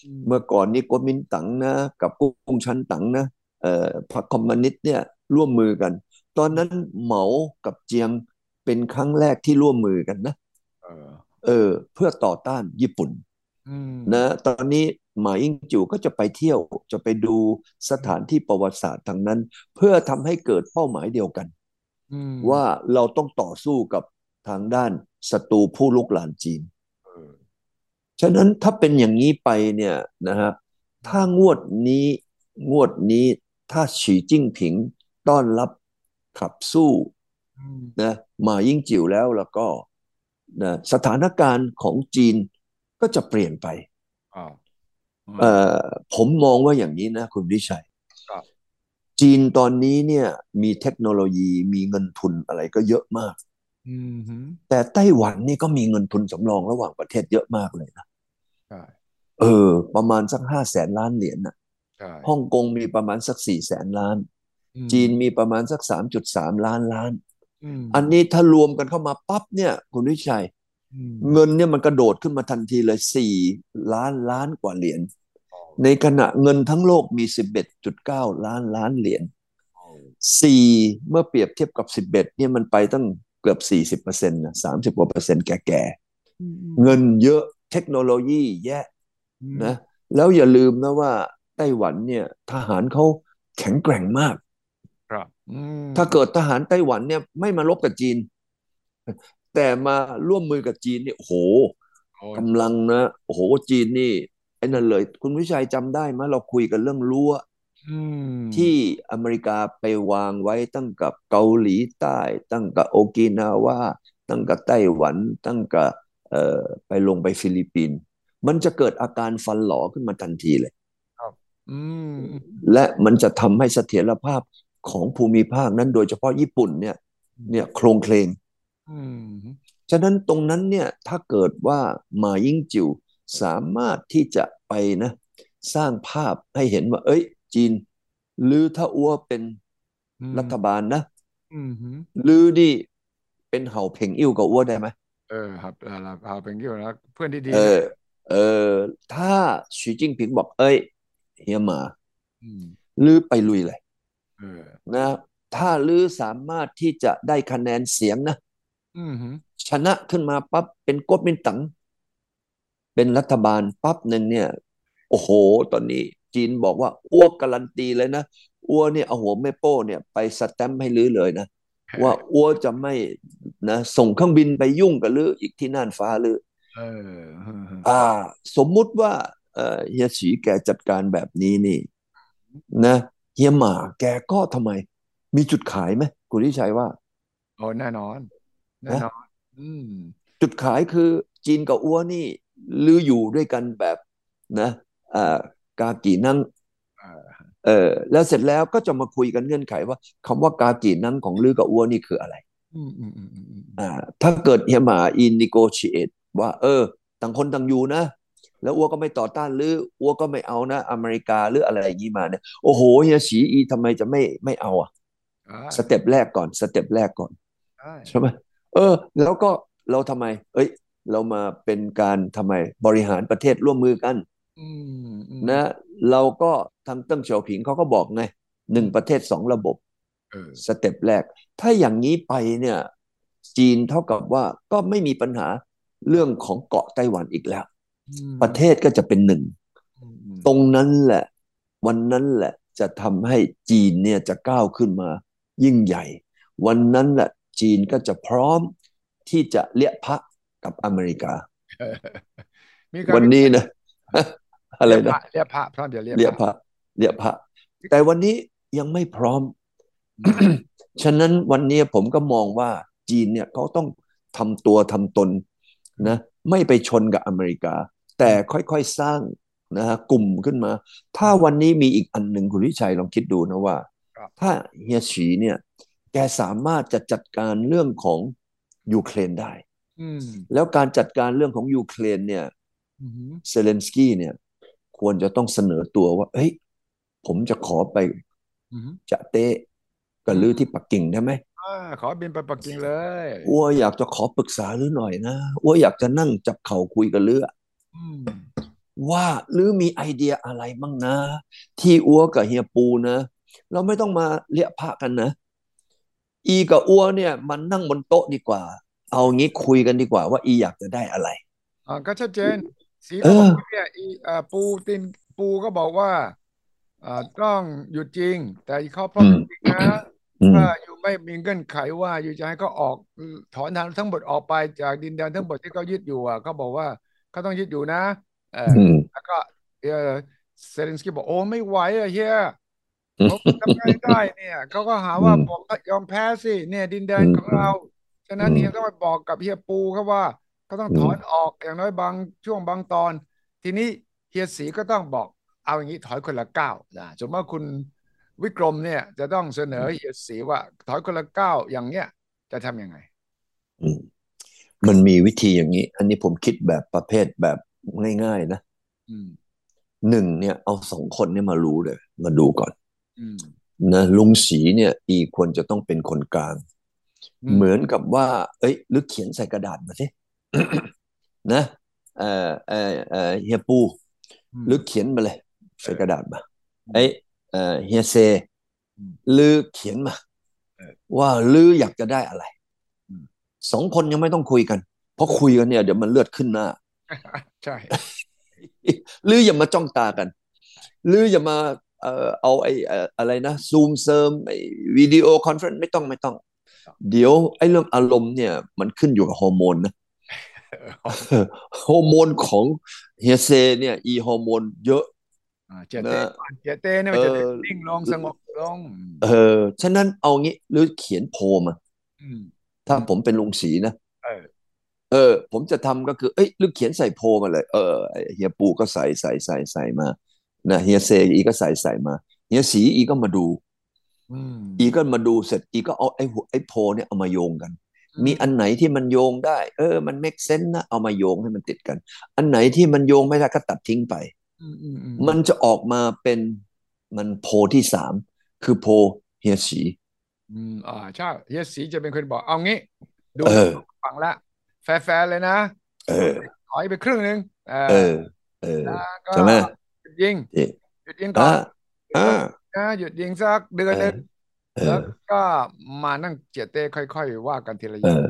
Speaker 1: อืม
Speaker 2: เมื่อก่อนนี่ก๊กมินตั๋งนะกับกุ้งชั้นตั๋งนะเอ่อพรรคคอมมิวนิสต์เนี่ยร่วมมือกัน ตอนนั้นเหมากับเจียงเป็นครั้งแรกที่ร่วมมือกันนะ
Speaker 1: เออ
Speaker 2: เออเพื่อต่อต้านญี่ปุ่น
Speaker 1: อืม
Speaker 2: นะตอนนี้หมาอิงจิ๋วก็จะไปเที่ยวจะไปดูสถานที่ประวัติศาสตร์ทางนั้น เพื่อทำให้เกิดเป้าหมายเดียวกัน
Speaker 1: อืม
Speaker 2: ว่าเราต้องต่อสู้กับทางด้านศัตรูผู้ลุกลานจีน
Speaker 1: เออ
Speaker 2: ฉะนั้นถ้าเป็นอย่างนี้ไปเนี่ยนะฮะถ้างวดนี้งวดนี้ถ้าฉีจิ้งผิงต้อนรับขับสู้
Speaker 1: อืม
Speaker 2: นะมายิ่งจิ๋วแล้วแล้วก็นะสถานการณ์ของจีนก็จะเปลี่ยนไป
Speaker 1: อ้าวอืม
Speaker 2: เอ่อผมมองว่าอย่างนี้นะคุณวิชัย
Speaker 1: ครับ
Speaker 2: จีนตอนนี้เนี่ยมีเทคโนโลยีมีเงินทุนอะไรก็เยอะมาก
Speaker 1: อืมฮึ
Speaker 2: แต่ไต้หวันนี่ก็มีเงินทุนสำรองระหว่างประเทศเยอะมากเลยนะ
Speaker 1: ใช่
Speaker 2: เออ ประมาณสักห้าแสนล้านเหรียญน่ะ
Speaker 1: ใช่
Speaker 2: ฮ่องกงมีประมาณสักสี่แสนล้าน
Speaker 1: อืม
Speaker 2: จีนมีประมาณสักสามจุดสามล้านล้าน
Speaker 1: อืม
Speaker 2: อันนี้ถ้ารวมกันเข้ามาปั๊บเนี่ยคุณวิชัย
Speaker 1: อืม
Speaker 2: เงินเนี่ยมันกระโดดขึ้นมาทันทีเลยสี่ล้านล้านกว่าเหรียญ ในขณะเงินทั้งโลกมีสิบเอ็ดจุดเก้าล้านล้านเหรียญสี่เมื่อเปรียบเทียบกับสิบเอ็ดเนี่ยมันไปตั้งเกือบสี่สิบเปอร์เซ็นต์นะสามสิบกว่าเปอร์เซ็นต์แก่ๆ เงินเยอะเทคโนโลยีแยะนะแล้วอย่าลืมนะว่าไต้หวันเนี่ยทหารเขาแข็งแกร่งมาก
Speaker 1: ครับอืม
Speaker 2: ถ้าเกิดทหารไต้หวันเนี่ยไม่มารบกับจีน แต่มาร่วมมือกับจีนเนี่ยโอ้โห
Speaker 1: โอน
Speaker 2: กำลังนะโอ้โหจีนนี่ไอ้นั่นเลย คุณวิชัยจำได้ไหมเราคุยกันเรื่องรั้ว
Speaker 1: อืม
Speaker 2: ที่อเมริกาไปวางไว้ตั้งกับเกาหลีใต้ ตั้งกับโอกินาวาตั้งกับไต้หวัน ตั้งกับเอ่อไปลงไปฟิลิปปินส์มันจะเกิดอาการฟันหลอขึ้นมาทันทีเลย
Speaker 1: อืมอืม
Speaker 2: และมันจะทำให้เสถียรภาพของภูมิภาคนั้นโดยเฉพาะญี่ปุ่นเนี่ยเนี่ยโครงเคลง
Speaker 1: อืม
Speaker 2: ฉะนั้นตรงนั้นเนี่ยถ้าเกิดว่าหมายิ่งจิวสามารถที่จะไปนะสร้างภาพให้เห็นว่า เอ้ย จีนลือถ้าอัวเป็น
Speaker 1: อืม
Speaker 2: รัฐบาลนะ
Speaker 1: อืมฮึ
Speaker 2: ลือนี่เป็นเห่าเพ่งอิ่วกับอัวได้ไหม
Speaker 1: เออครับเอาล่ะเอาเป็นกี่ยวนะเพื่อนที่ดี
Speaker 2: เอ
Speaker 1: นะ
Speaker 2: อเออถ้าสีจิ้งผิงบอกเอ้ยเฮียหมา
Speaker 1: ม
Speaker 2: ลือไปลุยเลย
Speaker 1: เออ
Speaker 2: นะถ้าลือสามารถที่จะได้คะแนนเสียงนะ
Speaker 1: อืมฮึ
Speaker 2: ชนะขึ้นมาปั๊บเป็นก๊กมินตั๋งเป็นรัฐบาลปั๊บหนึ่งเนี่ย โอ้โห ตอนนี้จีนบอกว่าอ้วกการันตีเลยนะอ้วเนี่ยเอาหัวแม่โป้เนี่ยไปสแตมป์ให้ลือเลยนะว่าอ้วจะไม่นะส่งเครื่องบินไปยุ่งกับลืออีกที่น่านฟ้าลือ
Speaker 1: เออเออเออ
Speaker 2: อ่า สมมุติว่า เอ่อเฮียฉีแกจัดการแบบนี้นี่ นะเฮียหมาแกก็ทำไม มีจุดขายไหมคุณทิชัยว่า
Speaker 1: โอ้แน่นอนแน่นอน อืม
Speaker 2: จุดขายคือจีนกับอ้วนี่ลืออยู่ด้วยกันแบบนะอ่ากากีนั่ง
Speaker 1: เออ
Speaker 2: เออแล้วเสร็จแล้วก็จะมาคุยกันเงื่อนไขว่าคำว่ากากีนั่งของลือกับอ้วนี่คืออะไร
Speaker 1: อืมอืมอืมอืมอืม
Speaker 2: อ่าถ้าเกิดเฮียหมาอินนิโกชิเอตว่า เออ ต่างคนต่างอยู่นะ แล้วอ้วก็ไม่ต่อต้านลืออ้วก็ไม่เอานะ อเมริกาหรืออะไรอย่างนี้มาเนี่ยโอ้โหเฮียฉีอีทำไมจะไม่ไม่เอาอ่ะ
Speaker 1: ได้
Speaker 2: สเต็ปแรกก่อนสเต็ปแรกก่อน
Speaker 1: ได้
Speaker 2: ใช่ไหมเออ แล้วก็เราทำไม เอ้ย เรามาเป็นการทำไมบริหารประเทศร่วมมือกัน
Speaker 1: อืมอืม
Speaker 2: นะ เราก็ทางเติ้งเฉียวผิงเขาก็บอกไงหนึ่งประเทศสองระบบ
Speaker 1: เออ
Speaker 2: สเต็ปแรก ถ้าอย่างนี้ไปเนี่ย จีนเท่ากับว่าก็ไม่มีปัญหาเรื่องของเกาะไต้หวันอีกแล้ว
Speaker 1: อืม
Speaker 2: ประเทศก็จะเป็นหนึ่ง
Speaker 1: อืมอืม
Speaker 2: ตรงนั้นแหละ วันนั้นแหละจะทำให้จีนเนี่ยจะก้าวขึ้นมา ยิ่งใหญ่ วันนั้นแหละจีนก็จะพร้อมที่จะเลี้ยพระกับอเมริกา
Speaker 1: เออมีการ
Speaker 2: วันนี้นะ อะไรนะ
Speaker 1: เรียกพระพร้อมเดี๋ยวเรียก
Speaker 2: เลี้ยพ
Speaker 1: พระ
Speaker 2: ระเลี้ยพระแต่วันนี้ยังไม่พร้อม ฉะนั้นวันนี้ผมก็มองว่าจีนเนี่ยเขาต้องทำตัวทำตนนะไม่ไปชนกับอเมริกา แต่ค่อยๆสร้างนะฮะกลุ่มขึ้นมา ถ้าวันนี้มีอีกอันหนึ่งคุณวิชัยลองคิดดูนะว่า ถ้าเฮียฉีเนี่ยแกสามารถจะจัดการเรื่องของยูเครนได้
Speaker 1: อืม
Speaker 2: แล้วการจัดการเรื่องของยูเครนเนี่ย
Speaker 1: อืม
Speaker 2: เซเลนสกี้เนี่ยควรจะต้องเสนอตัวว่าเฮ้ยผมจะขอไป
Speaker 1: อืม
Speaker 2: จะเตะกับลือที่ปักกิ่งได้ไหม
Speaker 1: อ่าขอบินไปปักกิ่งเลย
Speaker 2: อ้วอยากจะขอปรึกษาลือหน่อยนะอ้วอยากจะนั่งจับเข่าคุยกับลือ
Speaker 1: อืม
Speaker 2: ว่าลือมีไอเดียอะไรบ้างนะ ที่อ้วกับเฮียปูนะ เราไม่ต้องมาเรียกพระกันนะ อีกับอ้วเนี่ยมันนั่งบนโต๊ะดีกว่า เอางี้คุยกันดีกว่าว่าอีอยากจะได้อะไร
Speaker 1: อ่าก็ชัดเจน สี
Speaker 2: เอ
Speaker 1: ก็บอก
Speaker 2: อ
Speaker 1: ว่าเนี่ยอีอ่าปูตินปูก็บอกว่าอ่าต้องหยุดจริง แต่เขาพร้อมหยุดจริงนะ
Speaker 2: อืม
Speaker 1: ถ้าอยู่ไม่มีเงื่อนไขว่าอยู่จะให้เขาออกถอนทหารทั้งหมดออกไปจากดินแดนทั้งหมดที่เขายึดอยู่อ่ะเขาบอกว่าเขาต้องยึดอยู่นะเออ
Speaker 2: อืม
Speaker 1: แล้วก็เออเซเลนสกี้บอกโอ้ไม่ไหวอะเฮี ยผมทำไงได้เนี่ยเขาก็หาว่า
Speaker 2: อืม
Speaker 1: ผมยอมแพ้สิเนี่ยดินแดนของเราฉะนั้น
Speaker 2: อืม
Speaker 1: เฮียต้องไปบอกกับเฮียปูเขาว่าเขาต้อง
Speaker 2: อืม
Speaker 1: ถอนออกอย่างน้อยบางช่วงบางตอน ทีนี้เฮียสีก็ต้องบอกเอาอย่างนี้ถอยคนละก้าวนะสมมติว่าคุณ วิกรมเนี่ยจะต้องเสนอเฮียสีว่าถอยคนละก้าวอย่างเนี้ยจะทำยังไง
Speaker 2: อืมมันมีวิธีอย่างนี้ อันนี้ผมคิดแบบประเภทแบบง่ายๆนะ
Speaker 1: อืม
Speaker 2: หนึ่งเนี่ยเอาสองคนเนี่ยมารู้เลย มาดูก่อน
Speaker 1: อืม
Speaker 2: นะลุงสีเนี่ยอีควรจะต้องเป็นคนกลาง
Speaker 1: อืม
Speaker 2: เหมือนกับว่า เอ้ยหรือเขียนใส่กระดาษมาสิ นะเออเออเออเฮียปู หรือเขียนมาเลยใส่กระดาษมา
Speaker 1: อ
Speaker 2: ไอ้ยเออเฮียเซ
Speaker 1: อืม
Speaker 2: ลือเขียนมา
Speaker 1: เออ
Speaker 2: ว่าลืออยากจะได้อะไร
Speaker 1: อืม
Speaker 2: สองคนยังไม่ต้องคุยกัน เพราะคุยกันเนี่ยเดี๋ยวมันเลือดขึ้นหน้า
Speaker 1: ใช่
Speaker 2: หรืออย่ามาจ้องตากัน หรืออย่ามาเอ่อเอาไอ้เอ่ออะไรนะซูมเซิร์มไอ้วิดีโอคอนเฟรนซ์ไม่ต้องไม่ต้อง เดี๋ยวไอ้เรื่องอารมณ์เนี่ยมันขึ้นอยู่กับฮอร์โมนนะ
Speaker 1: เออ
Speaker 2: ฮอร์โมนของเฮียเซเนี่ยอีฮอร์โมนเยอะ
Speaker 1: อ่าเจเต้
Speaker 2: นะ
Speaker 1: ก่อนเจเต้เนี่ยมันจะได้
Speaker 2: เออ
Speaker 1: นิ่งลงสงบลง
Speaker 2: เออฉะนั้นเอางี้หรือเขียนโพลมา
Speaker 1: อืม
Speaker 2: ถ้าผมเป็นลุงสีนะ
Speaker 1: เออ
Speaker 2: เออ ผมจะทำก็คือเอ้ยหรือเขียนใส่โพลมาเลย เออไอ้เฮียปูก็ใส่ใส่ใส่ใส่มานะเฮียเซอีก็ใส่ใส่มาเฮียสีอีก็มาดู
Speaker 1: อืม
Speaker 2: อีก็มาดูเสร็จอีก็เอาไอ้หัวไอ้โพลเนี่ยเอามาโยงกัน มีอันไหนที่มันโยงได้ เออ มัน make sense นะ เอามาโยงให้มันติดกัน อันไหนที่มันโยงไม่ได้ก็ตัดทิ้งไป
Speaker 1: อืมอืมอืม
Speaker 2: มันจะออกมาเป็นมันโพลที่สามคือโพลเฮียสี
Speaker 1: อืมอ่าใช่เฮียสีจะเป็นคนบอกเอางี้ ดู
Speaker 2: เออ
Speaker 1: ฟังละแฟร์ๆเลยนะ
Speaker 2: เออ
Speaker 1: ถอยไปครึ่งหนึ่งเออ
Speaker 2: เออ เออ
Speaker 1: แล้วก็
Speaker 2: ใช่ไหม
Speaker 1: หยุดยิง
Speaker 2: เอ๊ะ
Speaker 1: หยุดยิงก่อ
Speaker 2: อ่าน อ่า
Speaker 1: นะหยุดยิงสักเดือนหนึง
Speaker 2: เอ
Speaker 1: แล้ว
Speaker 2: อ
Speaker 1: ก็มานั่งเจเต้ค่อยๆว่ากันทีละอ
Speaker 2: เอย่าง อ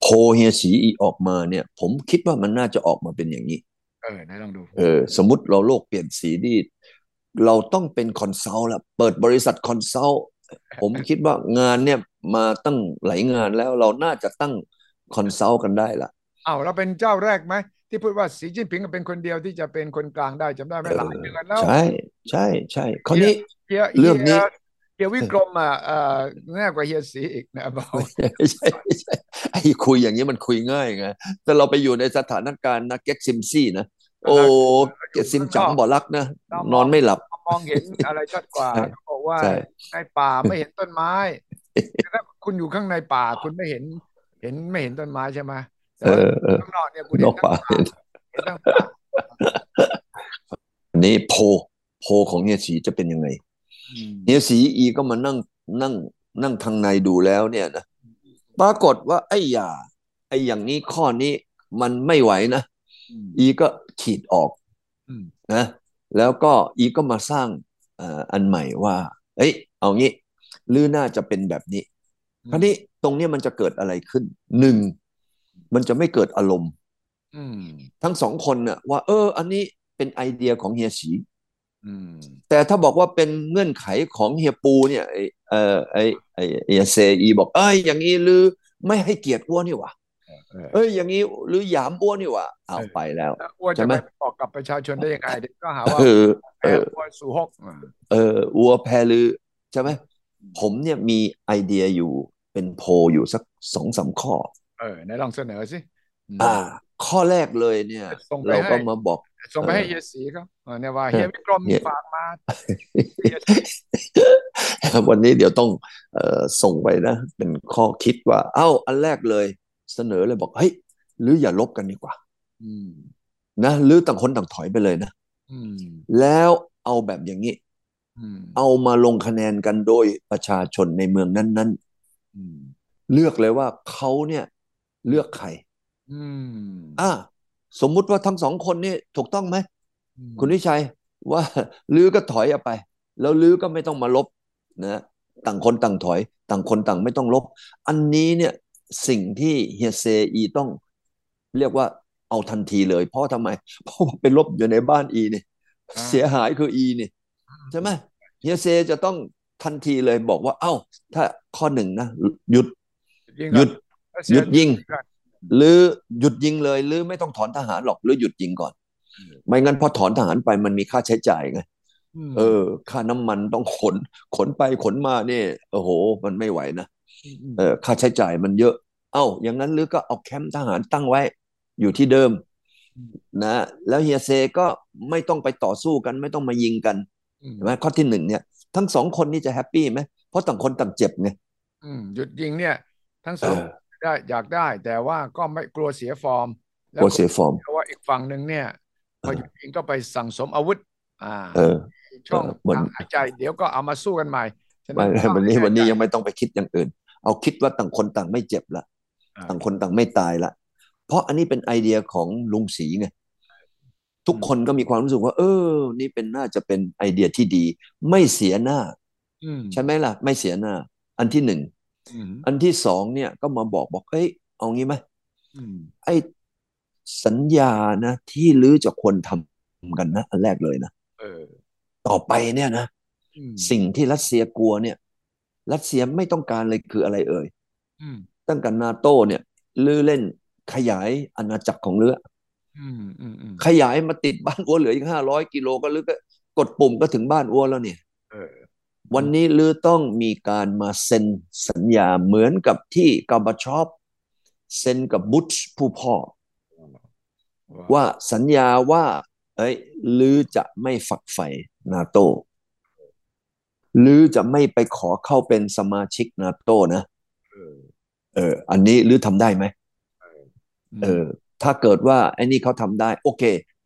Speaker 2: โพลเฮียสีอีออกมาเนี่ย ผมคิดว่ามันน่าจะออกมาเป็นอย่างนี้
Speaker 1: เออไหนลองดู
Speaker 2: เออสมมติเราโลกเปลี่ยนสีนี่เราต้องเป็นคอนซัลท์ละเปิดบริษัทคอนซัลท์ผมคิดว่างานเนี่ยมาตั้งหลายงานแล้วเราน่าจะตั้งคอนซัลท์กันได้ละ
Speaker 1: อ้าวเราเป็นเจ้าแรกไหม ที่พูดว่าสีจิ้นผิงเป็นคนเดียวที่จะเป็นคนกลางได้จำได้ไหมหลายเดือนแล้ว
Speaker 2: ใช่ใช่ใช่คราวนี้
Speaker 1: เฮีย
Speaker 2: เรื่องนี้
Speaker 1: ฮียเฮียวิกรมอ่ะเอ่อแน่กว่าเฮียสีอี กนะบอก
Speaker 2: ใช่ใช่ไอ้คุยอย่างนี้มันคุยง่ายไงแต่เราไปอยู่ในสถานการณ์นะเก็กซิมซี่นะโอ้เก็กซิมจังบ่รักนะ นอนไม่หลับ
Speaker 1: มองเห็นอะไรชัดกว่า
Speaker 2: ใช่
Speaker 1: เขาบอกว่า
Speaker 2: ใช่
Speaker 1: ในป่าไม่เห็นต้นไม้แต่ถ้าคุณอยู่ข้างในป่าคุณไม่เห็น เห็นไม่เห็นต้นไม้ใช่ไหมแต่ว่า
Speaker 2: เออเออ
Speaker 1: ข้างนอกเนี่ยคุณ
Speaker 2: น
Speaker 1: เห็
Speaker 2: อน ก
Speaker 1: ทั้ง
Speaker 2: ป่าเห็น
Speaker 1: เห็นทั้งป่า
Speaker 2: นี่โพลโพลของเฮียสีจะเป็นยังไง
Speaker 1: อืม
Speaker 2: เฮียสีอีก็มานั่งนั่งนั่งทางในดูแล้วเนี่ยนะปรากฏว่าไอ้อย่าไอ้อย่างนี้ข้อนี้มันไม่ไหวนะ
Speaker 1: อืม
Speaker 2: อีก็ขีดออก
Speaker 1: อืม
Speaker 2: นะ แล้วก็อีก็มาสร้างเอ่ออันใหม่ว่า เอ้ย เอางี้ลือน่าจะเป็นแบบนี้คราวนี้ตรงเนี้ยมันจะเกิดอะไรขึ้นหนึ่งมันจะไม่เกิดอารมณ์
Speaker 1: อืม
Speaker 2: ทั้งสองคนน่ะว่า เออ อันนี้เป็นไอเดียของเฮียสี
Speaker 1: อืม
Speaker 2: แต่ถ้าบอกว่าเป็นเงื่อนไขของเฮียปูเนี่ยไอ้เออไอไอเอเซอีบอกเอ้ยอย่างนี้หรือไม่ให้เกียรติอ้วนนี่หว่า
Speaker 1: เออ
Speaker 2: เอ้ยอย่างนี้หรือหยามอ้วนนี่หว่าเอาไปแล้ว
Speaker 1: แล้วอ้วน
Speaker 2: ใช่
Speaker 1: จะ
Speaker 2: ไหม
Speaker 1: ไปบอกกับประชาชนได้ยังไงเด็กก็หาว่า
Speaker 2: เออ
Speaker 1: แพ้
Speaker 2: เออ
Speaker 1: อ้วนสู่หกอ่ะ
Speaker 2: เอออัวแพลือใช่ไหมผมเนี่ยมีไอเดียอยู่เป็นโพลอยู่สักสองสามข้อ
Speaker 1: เออไหนลองเสนอสิม
Speaker 2: อ่า ข้อแรกเลยเนี่ย
Speaker 1: ส่งไป
Speaker 2: เรา
Speaker 1: ให้
Speaker 2: ก็มาบอก
Speaker 1: ส่งไปให้
Speaker 2: เออ
Speaker 1: เฮียสีเขาเออเนี่ยว่าเฮียวิกรม
Speaker 2: เฮีย
Speaker 1: ฝากมา
Speaker 2: วันนี้เดี๋ยวต้องเอ่อส่งไปนะ เป็นข้อคิดว่า เอ้า อันแรกเลย เสนอเลยบอกเฮ้ยหรืออย่าลบกันดีกว่า
Speaker 1: อืม
Speaker 2: นะหรือต่างคนต่างถอยไปเลยนะ
Speaker 1: อืม
Speaker 2: แล้วเอาแบบอย่างนี้
Speaker 1: อืม
Speaker 2: เอามาลงคะแนนกันโดยประชาชนในเมืองนั้น
Speaker 1: อืม
Speaker 2: ๆ เลือกเลยว่าเขาเนี่ยเลือกใคร
Speaker 1: อืม
Speaker 2: อ่าสมมุติว่าทั้งสองคนนี่ถูกต้องไหม
Speaker 1: อืม
Speaker 2: คุณวิชัยว่า ลือก็ถอยออกไป แล้วลือก็ไม่ต้องมาลบนะต่างคนต่างถอย ต่างคนต่างไม่ต้องลบ อันนี้เนี่ยสิ่งที่เฮียเซอีต้อง เรียกว่าเอาทันทีเลย เพราะทำไม เพราะว่าไปลบอยู่ในบ้านอีนี่เสียหายคืออีนี่ใช่ไหมเฮียเซจะต้องทันทีเลยบอกว่า เอ้า ถ้าข้อหนึ่งนะหยุดหยุด หยุดยิง หรือหยุดยิงเลย หรือไม่ต้องถอนทหารหรอก หรือหยุดยิงก่อน ไม่งั้นพอถอนทหารไปมันมีค่าใช้จ่ายไง
Speaker 1: ม
Speaker 2: เออ ค่าน้ำมันต้องขน ขนไปขนมาเนี่ยโอ้โห มันไม่ไหวนะ
Speaker 1: ม
Speaker 2: เออ ค่าใช้จ่ายมันเยอะ เอ้า อย่างนั้นหรือก็เอาแคมป์ทหารตั้งไว้ อยู่ที่เดิม นะ แล้วเฮียเซก็ไม่ต้องไปต่อสู้กัน ไม่ต้องมายิงกัน
Speaker 1: อืม
Speaker 2: ใช่ไหมข้อที่หนึ่งเนี่ย ทั้งสองคนนี่จะแฮปปี้ไหมเพราะต่างคนต่างเจ็บไง
Speaker 1: อืมหยุดยิงเนี่ย ทั้งสอง
Speaker 2: เออ
Speaker 1: ได้อยากได้ แต่ว่าก็ไม่กลัวเสียฟอร์ม
Speaker 2: กลัวเสียฟอร์ม
Speaker 1: เพราะว่าอีกฝั่งหนึ่งเนี่ย พอหยุดยิงก็ไปสั่งสมอาวุธ อ่า
Speaker 2: เออ
Speaker 1: ช่อง
Speaker 2: เออวัน
Speaker 1: ทางหายใจ เดี๋ยวก็เอามาสู้กันใหม่ฉะ
Speaker 2: ไม่
Speaker 1: นั้นต้อง
Speaker 2: วันนี้
Speaker 1: ให้
Speaker 2: วันนี้
Speaker 1: ใจ
Speaker 2: ยังไม่ต้องไปคิดอย่างอื่น เอาคิดว่าต่างคนต่างไม่เจ็บละ
Speaker 1: อ่า
Speaker 2: ต่างคนต่างไม่ตายละ เพราะอันนี้เป็นไอเดียของลุงศรีไงทุกคนก็มีความรู้สึกว่า เออ นี่เป็นน่าจะเป็นไอเดียที่ดี ไม่เสียหน้า
Speaker 1: อืม
Speaker 2: ใช่ไหมล่ะ ไม่เสียหน้า อันที่หนึ่ง
Speaker 1: อืม
Speaker 2: อันที่สองเนี่ยก็มาบอกบอกเอ้ยเอางี้ไหม
Speaker 1: อืม
Speaker 2: ไอ้สัญญานะ ที่ลือจะควรทำกันนะ อันแรกเลยนะ
Speaker 1: เออ
Speaker 2: ต่อไปเนี่ยนะ
Speaker 1: อืม
Speaker 2: สิ่งที่รัสเซียกลัวเนี่ย รัสเซียไม่ต้องการเลยคืออะไรเอ่ย
Speaker 1: อืม
Speaker 2: ตั้งแต่นาโต้เนี่ยลือเล่นขยายอาณาจักรของเรือ
Speaker 1: อืมอืมอืม
Speaker 2: ขยายมาติดบ้านอัวเหลืออีกห้าร้อยกิโลก็ลือก็กดปุ่มก็ถึงบ้านอัวแล้วเนี่ย
Speaker 1: เออ
Speaker 2: วันนี้ลือต้องมีการมาเซ็นสัญญาเหมือนกับที่กาบาชอฟเซ็นกับบุชผู้พ่อ ว่าสัญญาว่า เอ้ยลือจะไม่ฝักใฝ่นาโต้ลือจะไม่ไปขอเข้าเป็นสมาชิกนาโต้นะ
Speaker 1: เออ
Speaker 2: เออ อันนี้ลือทำได้ไหม
Speaker 1: ม
Speaker 2: เออ ถ้าเกิดว่าไอ้นี่เขาทำได้ โอเค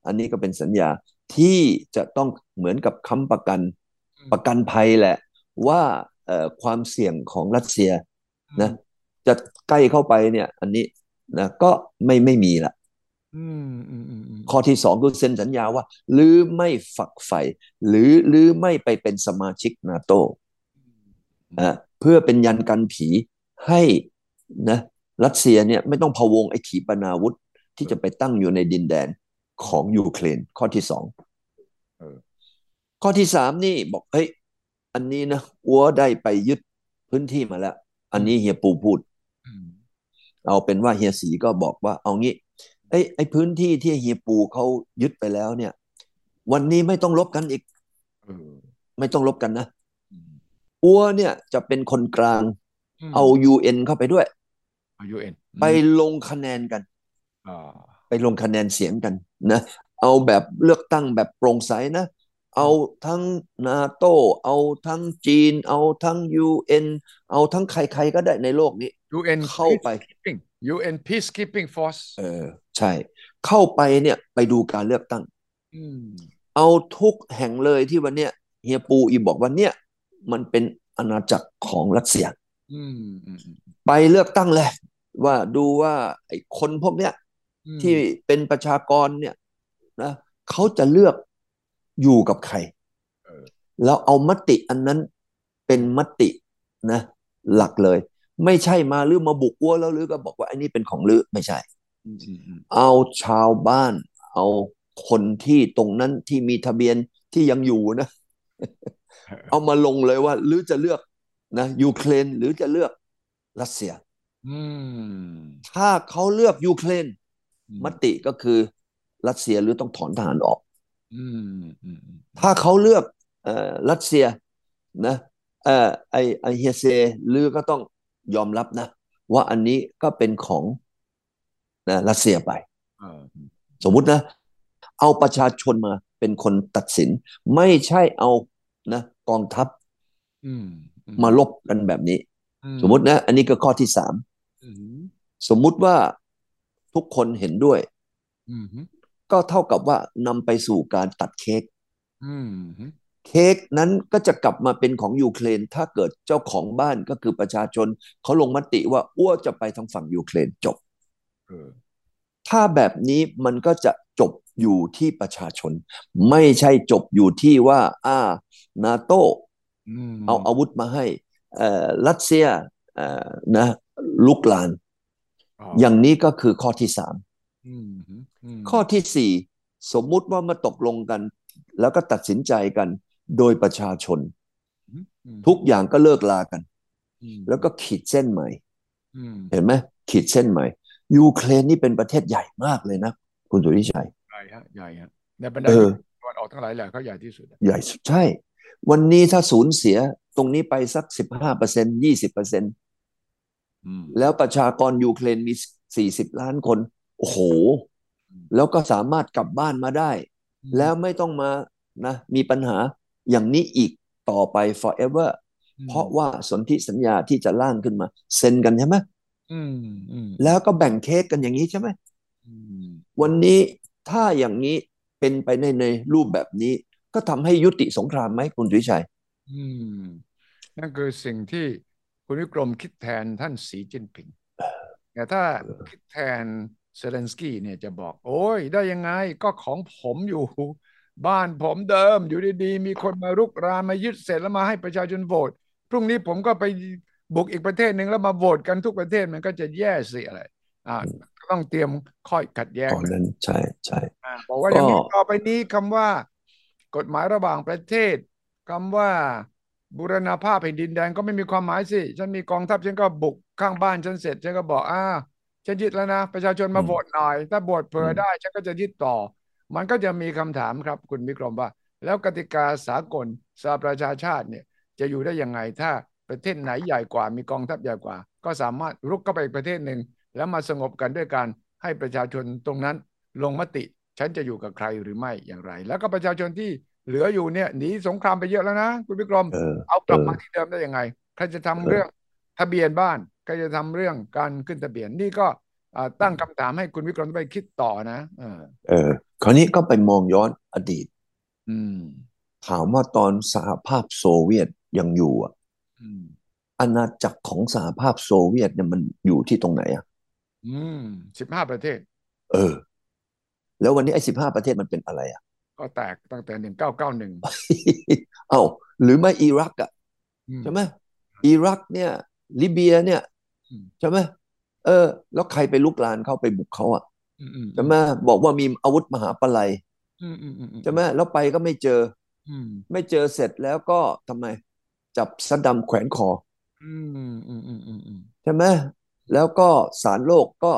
Speaker 2: อันนี้ก็เป็นสัญญาที่จะต้องเหมือนกับค้ำประกันประกันภัยแหละ ว่าเอ่อความเสี่ยงของรัสเซียนะ จะใกล้เข้าไปเนี่ย อันนี้นะก็ไม่ไม่มีละ
Speaker 1: อืมอืมอืมอืม
Speaker 2: ข้อที่สองคือเซ็นสัญญาว่า หรือไม่ฝักใฝ่หรือหรือไม่ไปเป็นสมาชิกนาโตนะเพื่อเป็นยันกันผีให้นะรัสเซียเนี่ยไม่ต้องพะวงไอ้ขีปนาวุธ ที่จะไปตั้งอยู่ในดินแดนของยูเครนข้อที่สองข้อที่สามนี่บอกเฮ้ยอันนี้นะอัวได้ไปยึดพื้นที่มาแล้ว อันนี้เฮียปูพูด
Speaker 1: อืม
Speaker 2: เอาเป็นว่าเฮียสีก็บอกว่าเอางี้ไอ้ยไอ้พื้นที่ที่เฮียปูเขายึดไปแล้วเนี่ย วันนี้ไม่ต้องลบกันอีก
Speaker 1: เออ
Speaker 2: ไม่ต้องลบกันนะ
Speaker 1: อืม
Speaker 2: อัวเนี่ยจะเป็นคนกลางเอา UN เข้าไปด้วย
Speaker 1: เอายูเอ็น
Speaker 2: ไปลงคะแนนกัน
Speaker 1: อ่า
Speaker 2: ไปลงคะแนนเสียงกันนะ เอาแบบเลือกตั้งแบบโปร่งใสนะ เอาทั้งนาโตเอาทั้งจีน เอาทั้ง UN เอาทั้งใครๆก็ได้ในโลกนี้
Speaker 1: ยูเอ็น
Speaker 2: เข้าไป
Speaker 1: peacekeeping UN peacekeeping force
Speaker 2: เออใช่ เข้าไปเนี่ยไปดูการเลือกตั้ง
Speaker 1: อืม
Speaker 2: เอาทุกแห่งเลยที่วันเนี้ยเฮียปูอีบอกว่าเนี่ยมันเป็นอาณาจักรของรัสเซีย
Speaker 1: อืมอืมอืม
Speaker 2: ไปเลือกตั้งเลยว่าดูว่าไอ้คนพวกเนี้ย
Speaker 1: อืม
Speaker 2: ที่เป็นประชากรเนี่ยนะเขาจะเลือกอยู่กับใคร
Speaker 1: เออ
Speaker 2: แล้วเอามติอันนั้นเป็นมตินะ หลักเลย ไม่ใช่มาลือมาบุกวัวแล้วลือก็บอกว่าอันนี้เป็นของลือไม่ใช่
Speaker 1: อืมอืมอืม
Speaker 2: เอาชาวบ้าน เอาคนที่ตรงนั้นที่มีทะเบียนที่ยังอยู่ นะ เอามาลงเลยว่าหรือจะเลือกนะยูเครนหรือจะเลือกรัสเซีย
Speaker 1: อืม
Speaker 2: ถ้าเขาเลือกยูเครน
Speaker 1: อืม
Speaker 2: มติก็คือรัสเซียหรือต้องถอนทหารออก
Speaker 1: อืมอืมอืม
Speaker 2: ถ้าเขาเลือกเอ่อรัสเซียนะเอ่อไอไอเฮียเซหรือก็ต้องยอมรับนะ ว่าอันนี้ก็เป็นของนะรัสเซียไป
Speaker 1: เออ
Speaker 2: สมมุตินะ เอาประชาชนมาเป็นคนตัดสิน ไม่ใช่เอานะกองทัพ
Speaker 1: อืมอื
Speaker 2: มาลบกันแบบนี้
Speaker 1: อื
Speaker 2: สมมุตินะ อันนี้ก็ข้อที่สาม
Speaker 1: อืม
Speaker 2: สมมุติว่าทุกคนเห็นด้วย
Speaker 1: อืม
Speaker 2: ก็เท่ากับว่านำไปสู่การตัดเค้ก
Speaker 1: อืม
Speaker 2: เค้กนั้นก็จะกลับมาเป็นของยูเครน ถ้าเกิดเจ้าของบ้านก็คือประชาชนเขาลงมติว่าอ้วจะไปทางฝั่งยูเครนจบ
Speaker 1: เออ
Speaker 2: ถ้าแบบนี้มันก็จะจบอยู่ที่ประชาชน ไม่ใช่จบอยู่ที่ว่า อ่า นาโต
Speaker 1: อืม
Speaker 2: เอาอาวุธมาให้เอ่อรัสเซียเอ่อนะลุกลาน
Speaker 1: อ๋อ
Speaker 2: อย่างนี้ก็คือข้อที่สาม
Speaker 1: อืมอืม
Speaker 2: ข้อที่สี่สมมุติว่ามาตกลงกัน แล้วก็ตัดสินใจกันโดยประชาชน
Speaker 1: อืม
Speaker 2: ทุกอย่างก็เลิกลากัน
Speaker 1: อืม
Speaker 2: แล้วก็ขีดเส้นใหม่
Speaker 1: อืม
Speaker 2: เห็นไหมขีดเส้นใหม่ ยูเครนนี่เป็นประเทศใหญ่มากเลยนะ คุณสุริชัย
Speaker 1: ใหญ่ฮะใหญ่ฮะในบรรดา
Speaker 2: เออ
Speaker 1: ตะวันออกทั้งหลายแหละเขาใหญ่ที่สุดอะ
Speaker 2: ใหญ่สุดใช่ วันนี้ถ้าสูญเสียตรงนี้ไปสักสิบห้าเปอร์เซ็นยี่สิบเปอร์เซ็น
Speaker 1: อืม
Speaker 2: แล้วประชากรยูเครนมีสี่สิบล้านคน โอ้โห แล้วก็สามารถกลับบ้านมาได้ แล้วไม่ต้องมานะ มีปัญหาอย่างนี้อีก ต่อไป forever เพราะว่าสนธิสัญญาที่จะร่างขึ้นมา เซ็นกันใช่ไหม
Speaker 1: อืมอืม
Speaker 2: แล้วก็แบ่งเค้กกันอย่างนี้ใช่ไหม
Speaker 1: อืม
Speaker 2: วันนี้ถ้าอย่างนี้เป็นไปในในรูปแบบนี้ ก็ทำให้ยุติสงครามไหมคุณสุวิชัย
Speaker 1: อืมนั่นคือสิ่งที่คุณวิกรมคิดแทนท่านสีจิ้นผิง แต่ถ้าคิดแทนเซเลนสกี้เนี่ยจะบอก โอ้ยได้ยังไงก็ของผมอยู่ บ้านผมเดิมอยู่ดีๆ มีคนมารุกรานมายึดเสร็จแล้วมาให้ประชาชนโหวตพรุ่งนี้ผมก็ไปบุกอีกประเทศหนึ่งแล้วมาโหวตกันทุกประเทศมันก็จะแย่สิอะไรอ่าก็ต้องเตรียมข้อขัดแย้ง
Speaker 2: ตอนนั้นใช่ใช่
Speaker 1: อ่าบอกว่าอย่างนี้
Speaker 2: ก็
Speaker 1: ต่อไปนี้คำว่า กฎหมายระหว่างประเทศคำว่าบูรณาภาพแผ่นดินแดนก็ไม่มีความหมายสิ ฉันมีกองทัพฉันก็บุกข้างบ้านฉันเสร็จฉันก็บอกอ่า ฉันยึดแล้วนะ ประชาชนมา
Speaker 2: อืม
Speaker 1: โหวตหน่อย ถ้าโหวตเผื่ออ
Speaker 2: ม
Speaker 1: ได้ ฉันก็จะยึดต่อ มันก็จะมีคำถามครับ คุณวิกรมว่า แล้วกติกาสากลสหประชาชาติเนี่ย จะอยู่ได้ยังไงถ้าประเทศไหนใหญ่กว่า มีกองทัพใหญ่กว่า ก็สามารถรุกเข้าไปอีกประเทศหนึ่งแล้วมาสงบกันด้วยการให้ประชาชนตรงนั้น ลงมติ ฉันจะอยู่กับใครหรือไม่อย่างไร แล้วก็ประชาชนที่เหลืออยู่เนี่ยหนีสงครามไปเยอะแล้วนะคุณวิกรม
Speaker 2: เออ
Speaker 1: เอากลับ
Speaker 2: เออ
Speaker 1: มาที่เดิมได้ยังไง ใครจะทำ
Speaker 2: เออ
Speaker 1: เรื่องทะเบียนบ้าน ใครจะทำเรื่องการขึ้นทะเบียน นี่ก็อ่าตั้งคำถามให้คุณวิกรมไปคิดต่อนะเออ
Speaker 2: เออ คราวนี้ก็ไปมองย้อนอดีต
Speaker 1: อืม
Speaker 2: ถามว่าตอนสหภาพโซเวียตยังอยู่อะ
Speaker 1: อืม
Speaker 2: อาณาจักรของสหภาพโซเวียตเนี่ยมันอยู่ที่ตรงไหนอะ
Speaker 1: อืมสิบห้าประเทศ
Speaker 2: เออ แล้ววันนี้ไอ้สิบห้าประเทศมันเป็นอะไรอะ
Speaker 1: ก็แตกตั้งแต่หนึ่งเก้าเก้าหนึ่ง
Speaker 2: เอ้าหรือไม่อิรักอะ ใช่ไหมอิรักเนี่ยลิเบียเนี่ยใช่ไหมเออ แล้วใครไปลุกลานเข้าไปบุกเขาอ่ะ
Speaker 1: อืมอืม
Speaker 2: ใช่ไหมบอกว่ามีอาวุธมหาปลัย
Speaker 1: อืมอืมอืมอืม
Speaker 2: ใช่ไหมแล้วไปก็ไม่เจอ
Speaker 1: อืม
Speaker 2: ไม่เจอเสร็จแล้วก็ทำไม จับซัดดัมแขวนคอ
Speaker 1: อืมอืมอืมอืมอืม
Speaker 2: ใช่ไหมแล้วก็ศาลโลกก็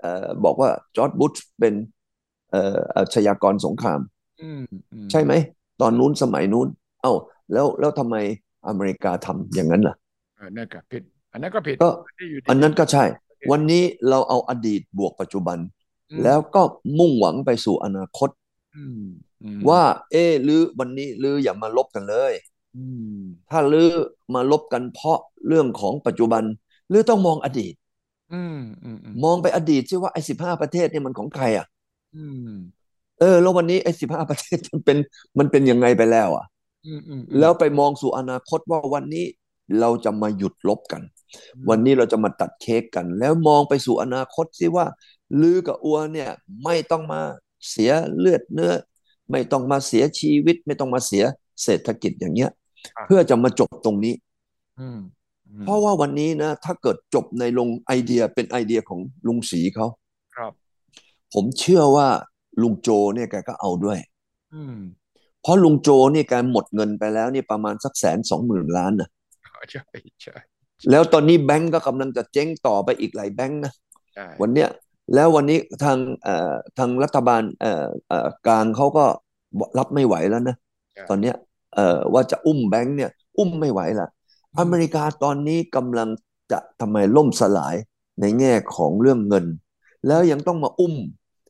Speaker 2: เอ่อบอกว่าจอร์ดบุชเป็นเอ่ออาชญากรสงคราม
Speaker 1: อืมอืม
Speaker 2: ใช่ไหม ตอนนู้นสมัยนู้น เอ้า แล้วแล้วทำไมอเมริกาทำอย่างนั้นล่ะ
Speaker 1: เออนั่นก็ผิด อันนั้นก็ผิด
Speaker 2: ก็
Speaker 1: ที่อยู่ดี
Speaker 2: อันนั้นก็ใช่ วันนี้เราเอาอดีตบวกปัจจุบัน
Speaker 1: อืม
Speaker 2: แล้วก็มุ่งหวังไปสู่อนาคต
Speaker 1: อืมอืม
Speaker 2: ว่า เอ้ลือวันนี้ลืออย่ามาลบกันเลย
Speaker 1: อืม
Speaker 2: ถ้าลือมาลบกันเพราะเรื่องของปัจจุบันลือต้องมองอดีต
Speaker 1: อืมอืมอืม
Speaker 2: มองไปอดีตซิว่าไอ้สิบห้าประเทศเนี่ยมันของใครอ่ะ
Speaker 1: อืม
Speaker 2: เออแล้ววันนี้ไอ้สิบห้าประเทศมันเป็นมันเป็นยังไงไปแล้วอ่ะ
Speaker 1: อืมอืม
Speaker 2: แล้วไปมองสู่อนาคตว่าวันนี้เราจะมาหยุดลบกัน
Speaker 1: อืม
Speaker 2: วันนี้เราจะมาตัดเค้กกัน แล้วมองไปสู่อนาคตสิว่า ลือกับอัวเนี่ยไม่ต้องมาเสียเลือดเนื้อ ไม่ต้องมาเสียชีวิต ไม่ต้องมาเสียเศรษฐกิจอย่างเงี้ย
Speaker 1: ะ
Speaker 2: เพื่อจะมาจบตรงนี้
Speaker 1: อืมอืม
Speaker 2: เพราะว่าวันนี้นะ ถ้าเกิดจบในลงไอเดียเป็นไอเดียของลุงศรีเขา
Speaker 1: ครับ
Speaker 2: ผมเชื่อว่าลุงโจเนี่ยแกก็เอาด้วย
Speaker 1: อืม
Speaker 2: เพราะลุงโจเนี่ยแกหมดเงินไปแล้วเนี่ยประมาณสักแสนสองหมื่นล้านนะ
Speaker 1: ใช่ใช่
Speaker 2: แล้วตอนนี้แบงก์ก็กำลังจะเจ๊งต่อไปอีกหลายแบงก์นะ
Speaker 1: ใช่
Speaker 2: วันเนี้ยแล้ววันนี้ทางเอ่อทางรัฐบาลเอ่อเอ่อกลางเขาก็รับไม่ไหวแล้วนะ
Speaker 1: ใช่
Speaker 2: ตอนเนี้ยเอ่อว่าจะอุ้มแบงก์เนี่ยอุ้มไม่ไหวละอเมริกาตอนนี้กำลังจะทำไมล่มสลายในแง่ของเรื่องเงิน แล้วยังต้องมาอุ้ม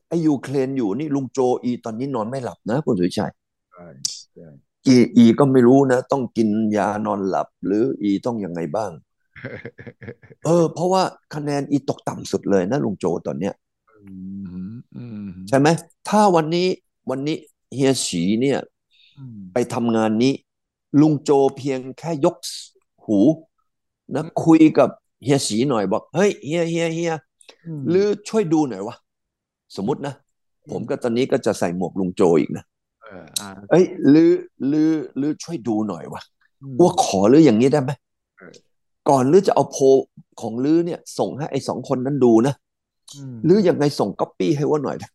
Speaker 2: ไอ้ยูเครนอยู่นี่ลุงโจอีตอนนี้นอนไม่หลับนะคุณสุวิชัย
Speaker 1: ใช่ใช่
Speaker 2: อีอีก็ไม่รู้นะ ต้องกินยานอนหลับ หรืออีต้องยังไงบ้าง เออเพราะว่าคะแนนอีตกต่ำสุดเลยนะลุงโจตอนเนี้ย
Speaker 1: อืมอืม
Speaker 2: ใช่ไหมถ้าวันนี้วันนี้เฮียฉีเนี่ย
Speaker 1: อืม
Speaker 2: ไปทำงานนี้ ลุงโจเพียงแค่ยกหูนะ
Speaker 1: อืม
Speaker 2: คุยกับเฮียฉีหน่อยบอก เฮ้ยเฮียเฮียเฮีย
Speaker 1: อืม
Speaker 2: หรือช่วยดูหน่อยวะสมมตินะ
Speaker 1: อืม
Speaker 2: ผมก็ตอนนี้ก็จะใส่หมวกลุงโจอีกนะ
Speaker 1: เอออ่า
Speaker 2: เอ้ยหรือหรือหรือช่วยดูหน่อยวะ
Speaker 1: อืม
Speaker 2: อ้วกขอลืออย่างนี้ได้ไหม
Speaker 1: เออ
Speaker 2: ก่อนลือจะเอาโพลของลือเนี่ย ส่งให้ไอ้สองคนนั้นดูนะ
Speaker 1: อืม
Speaker 2: ลือยังไงส่งก๊อปปี้ให้ว่าหน่อยนะ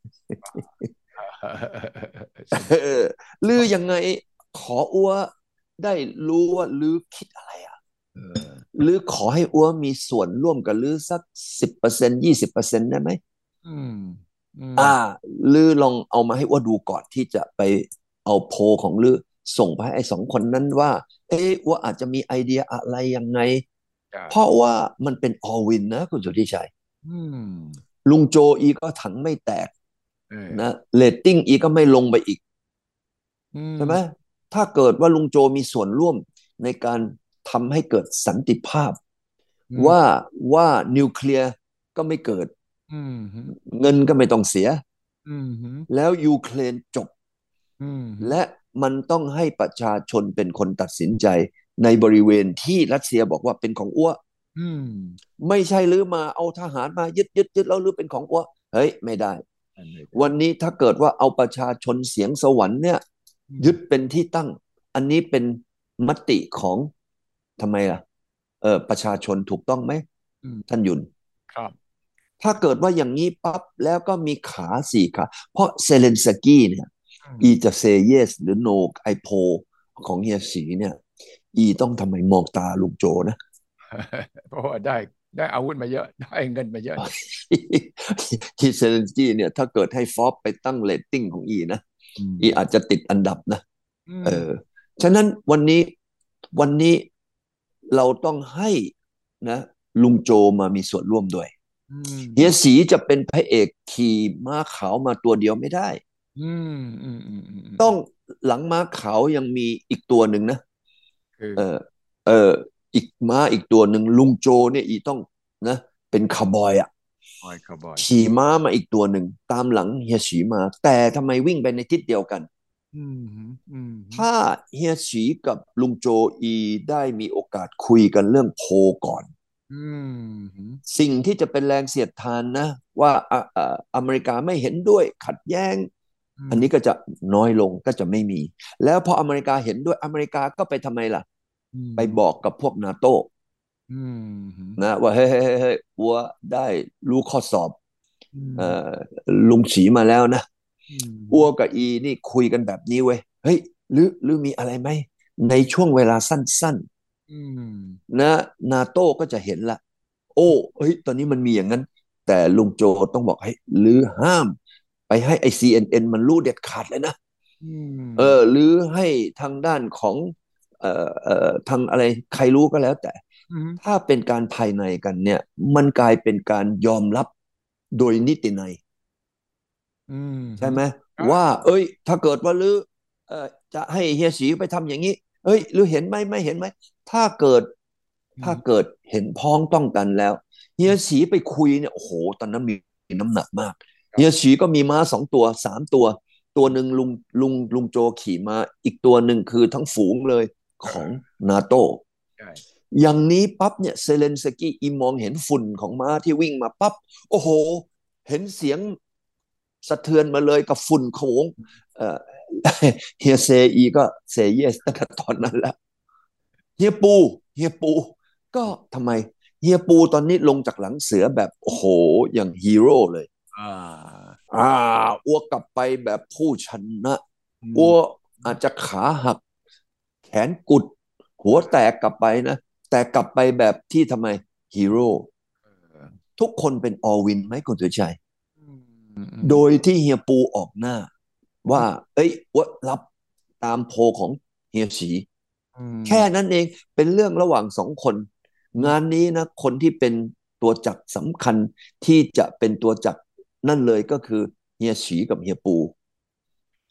Speaker 2: เออลือยังไงขออ้วได้รู้ว่าลือคิดอะไรอ่ะ
Speaker 1: เออ
Speaker 2: ลือขอให้อ้วมีส่วนร่วมกับลือสักสิบเปอร์เซ็นยี่สิบเปอร์เซ็นได้ไหม
Speaker 1: อืมอืม
Speaker 2: อ่าลือลองเอามาให้อ้วดูก่อนที่จะไปเอาโพลของลือส่งไปให้ไอ้สองคนนั้นว่า เอ๊ะอ้วอาจจะมีไอเดียอะไรยังไง
Speaker 1: ใช่
Speaker 2: เพราะว่ามันเป็นออลวินนะคุณสุทธิชัย
Speaker 1: อืม
Speaker 2: ลุงโจอีก็ถังไม่แตก
Speaker 1: เออ
Speaker 2: นะเรตติ้งอีก็ไม่ลงไปอีก
Speaker 1: อื
Speaker 2: ใช่ไหม ถ้าเกิดว่าลุงโจมีส่วนร่วมในการทำให้เกิดสันติภาพ
Speaker 1: อืม
Speaker 2: ว่าว่านิวเคลียร์ก็ไม่เกิด
Speaker 1: อืมฮึ
Speaker 2: เงินก็ไม่ต้องเสีย
Speaker 1: อืมฮึ
Speaker 2: แล้วยูเครนจบ
Speaker 1: อืมฮึ
Speaker 2: และมันต้องให้ประชาชนเป็นคนตัดสินใจ ในบริเวณที่รัสเซียบอกว่าเป็นของอ้ว
Speaker 1: อืม
Speaker 2: ไม่ใช่หรือมาเอาทหารมายึดยึดยึดแล้วหรือเป็นของอ้วเฮ้ยไม่ได้
Speaker 1: อันนี้
Speaker 2: วันนี้ถ้าเกิดว่าเอาประชาชนเสียงสวรรค์เนี่ยยึดเป็นที่ตั้ง อันนี้เป็นมติของทำไมล่ะเออประชาชนถูกต้องไหม
Speaker 1: อืม
Speaker 2: ท่านยุน
Speaker 1: ครับ
Speaker 2: ถ้าเกิดว่าอย่างนี้ปั๊บแล้วก็มีขาสี่ขาเพราะเซเลนสกี้เนี่ย
Speaker 1: อืม
Speaker 2: อีจะเซเยส หรือโนไอโพของเฮียสีเนี่ย อีต้องทำไมมองตาลุงโจนะ
Speaker 1: เพราะว่าได้ได้อาวุธมาเยอะ ได้เงินมาเยอะ
Speaker 2: ที่เซเลนสกี้เนี่ย ถ้าเกิดให้ฟอปไปตั้งเรตติ้งของอีนะ อีอาจจะติดอันดับนะ เออ ฉะนั้นวันนี้วันนี้เราต้องให้นะลุงโจมามีส่วนร่วมด้วย
Speaker 1: อืม
Speaker 2: เฮียสีจะเป็นพระเอกขี่ม้าขาวมาตัวเดียวไม่ได้
Speaker 1: อืมอืมอืมอืม
Speaker 2: ต้องหลังม้าขาวยังมีอีกตัวหนึ่งนะ
Speaker 1: คือ
Speaker 2: เออเอออีกม้าอีกตัวหนึ่งลุงโจเนี่ยอีต้องนะเป็นคาวบอยอ่ะ
Speaker 1: คอยคาวบอย
Speaker 2: ขี่ม้ามาอีกตัวหนึ่งตามหลังเฮียสีมา แต่ทำไมวิ่งไปในทิศเดียวกัน
Speaker 1: อืมฮึอืมฮึ
Speaker 2: ถ้าเฮียสีกับลุงโจอีได้มีโอกาสคุยกันเรื่องโพลก่อน
Speaker 1: อืมฮึ
Speaker 2: สิ่งที่จะเป็นแรงเสียดทานนะ ว่าอ่ะอ่ะอเมริกาไม่เห็นด้วยขัดแย้ง
Speaker 1: ม
Speaker 2: อันนี้ก็จะน้อยลงก็จะไม่มี แล้วพออเมริกาเห็นด้วยอเมริกาก็ไปทำไมล่ะ
Speaker 1: อืม
Speaker 2: ไปบอกกับพวกนาโต้
Speaker 1: อืมฮึ
Speaker 2: นะว่าเฮ้ยเฮ้ยเฮ้ยเฮ้ยอัวได้รู้ข้อสอบ
Speaker 1: อืม
Speaker 2: เอ่อลุงฉีมาแล้วนะ
Speaker 1: ม
Speaker 2: อัวกับอีนี่คุยกันแบบนี้เว้ยเฮ้ยหรือหรือมีอะไรไหม ในช่วงเวลาสั้น
Speaker 1: อืม
Speaker 2: ๆ นะนาโต้ก็จะเห็นละ โอ้เฮ้ย ตอนนี้มันมีอย่างนั้น แต่ลุงโจต้องบอกให้ยหรือห้าม ไปให้ไอซีเอ็นมันรู้เด็ดขาดเลยนะ
Speaker 1: อืม
Speaker 2: เออหรือให้ทางด้านของเอ่อเอ่อทางอะไรใครรู้ก็แล้วแต่
Speaker 1: อืม
Speaker 2: ถ้าเป็นการภายในกันเนี่ย มันกลายเป็นการยอมรับโดยนิติในย
Speaker 1: อืม
Speaker 2: ใช่ไหม
Speaker 1: ครับ
Speaker 2: ว่า เอ้ย ถ้าเกิดว่าหรือเอ่อจะให้เฮียสีไปทำอย่างนี้ เอ้ย หรือเห็นไหมไม่เห็นไหมถ้าเกิด ถ้าเกิดเห็นพ้องต้องกันแล้วเฮียสีไปคุยเนี่ยโอ้โห ตอนนั้นมีน้ำหนักมากเฮียสีก็มีม้าสองตัวสามตัว ตัวหนึ่งลุงลุงลุงโจขี่มา อีกตัวหนึ่งคือทั้งฝูงเลยของนาโต
Speaker 1: ใช่
Speaker 2: อย่างนี้ปั๊บเนี่ยเซเลนสกี้อีมองเห็นฝุ่นของม้าที่วิ่งมาปั๊บโอ้โห เห็นเสียงสะเทือนมาเลยกับฝุ่นโขงเอ่อ เฮียเซอีก็เซเยสตั้งแต่ตอนนั้นแล้วเฮียปูเฮียปู ก็ทำไมเฮียปูตอนนี้ลงจากหลังเสือแบบโอ้โห อย่างฮีโร่เลย
Speaker 1: อ่า
Speaker 2: อ่าอ้วกกลับไปแบบผู้ชนะ
Speaker 1: อืม
Speaker 2: อ้วอาจจะขาหัก แขนกุด หัวแตกกลับไปนะ แต่กลับไปแบบที่ทำไมฮีโร่ทุกคนเป็นออลวินไหมคุณสุชัย
Speaker 1: อืมอืม
Speaker 2: โดยที่เฮียปูออกหน้า ว่า เอ้ยอ้วรับตามโพลของเฮียสี
Speaker 1: อืม
Speaker 2: แค่นั้นเองเป็นเรื่องระหว่างสองคน งานนี้นะ คนที่เป็นตัวจักรสำคัญที่จะเป็นตัวจักรนั่นเลยก็คือเฮียฉีกับเฮียปู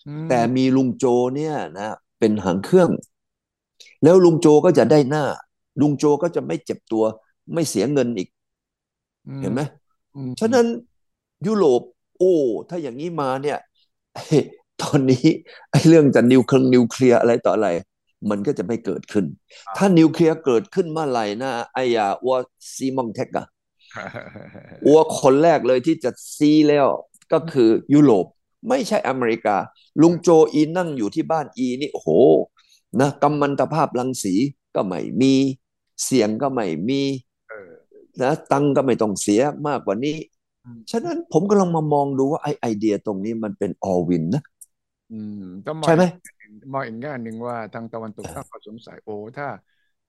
Speaker 1: อืม
Speaker 2: แต่มีลุงโจเนี่ยนะเป็นหางเครื่อง แล้วลุงโจก็จะได้หน้า ลุงโจก็จะไม่เจ็บตัว ไม่เสียเงินอีก
Speaker 1: อื
Speaker 2: เห็นไหม
Speaker 1: อืม
Speaker 2: ฉะนั้นยุโรป โอ้ ถ้าอย่างนี้มาเนี่ย ตอนนี้ไอ้เรื่องจะนิวเคลียร์นิวเคลียร์อะไรต่ออะไร มันก็จะไม่เกิดขึ้น ถ้านิวเคลียร์เกิดขึ้นเมื่อไหร่นะไอ้ยาอัวซีมองเทคอะอัวคนแรกเลยที่จะซีแล้วก็คือยุโรป ไม่ใช่อเมริกา ลุงโจอีนั่งอยู่ที่บ้านอีนี่โอ้โหนะกำมันตภาพรังสีก็ไม่มี เสียงก็ไม่มี
Speaker 1: เออ
Speaker 2: นะตังค์ก็ไม่ต้องเสียมากกว่านี้
Speaker 1: อืม
Speaker 2: ฉะนั้นผมกำลังมามองดูว่าไอไอเดียตรงนี้มันเป็นออลวินนะ
Speaker 1: อืมต้องมอง
Speaker 2: ใช่ไหม
Speaker 1: มองอีกแง่หนึ่งว่าทางตะวันตกตั้งข้อสงสัยโอ้ถ้า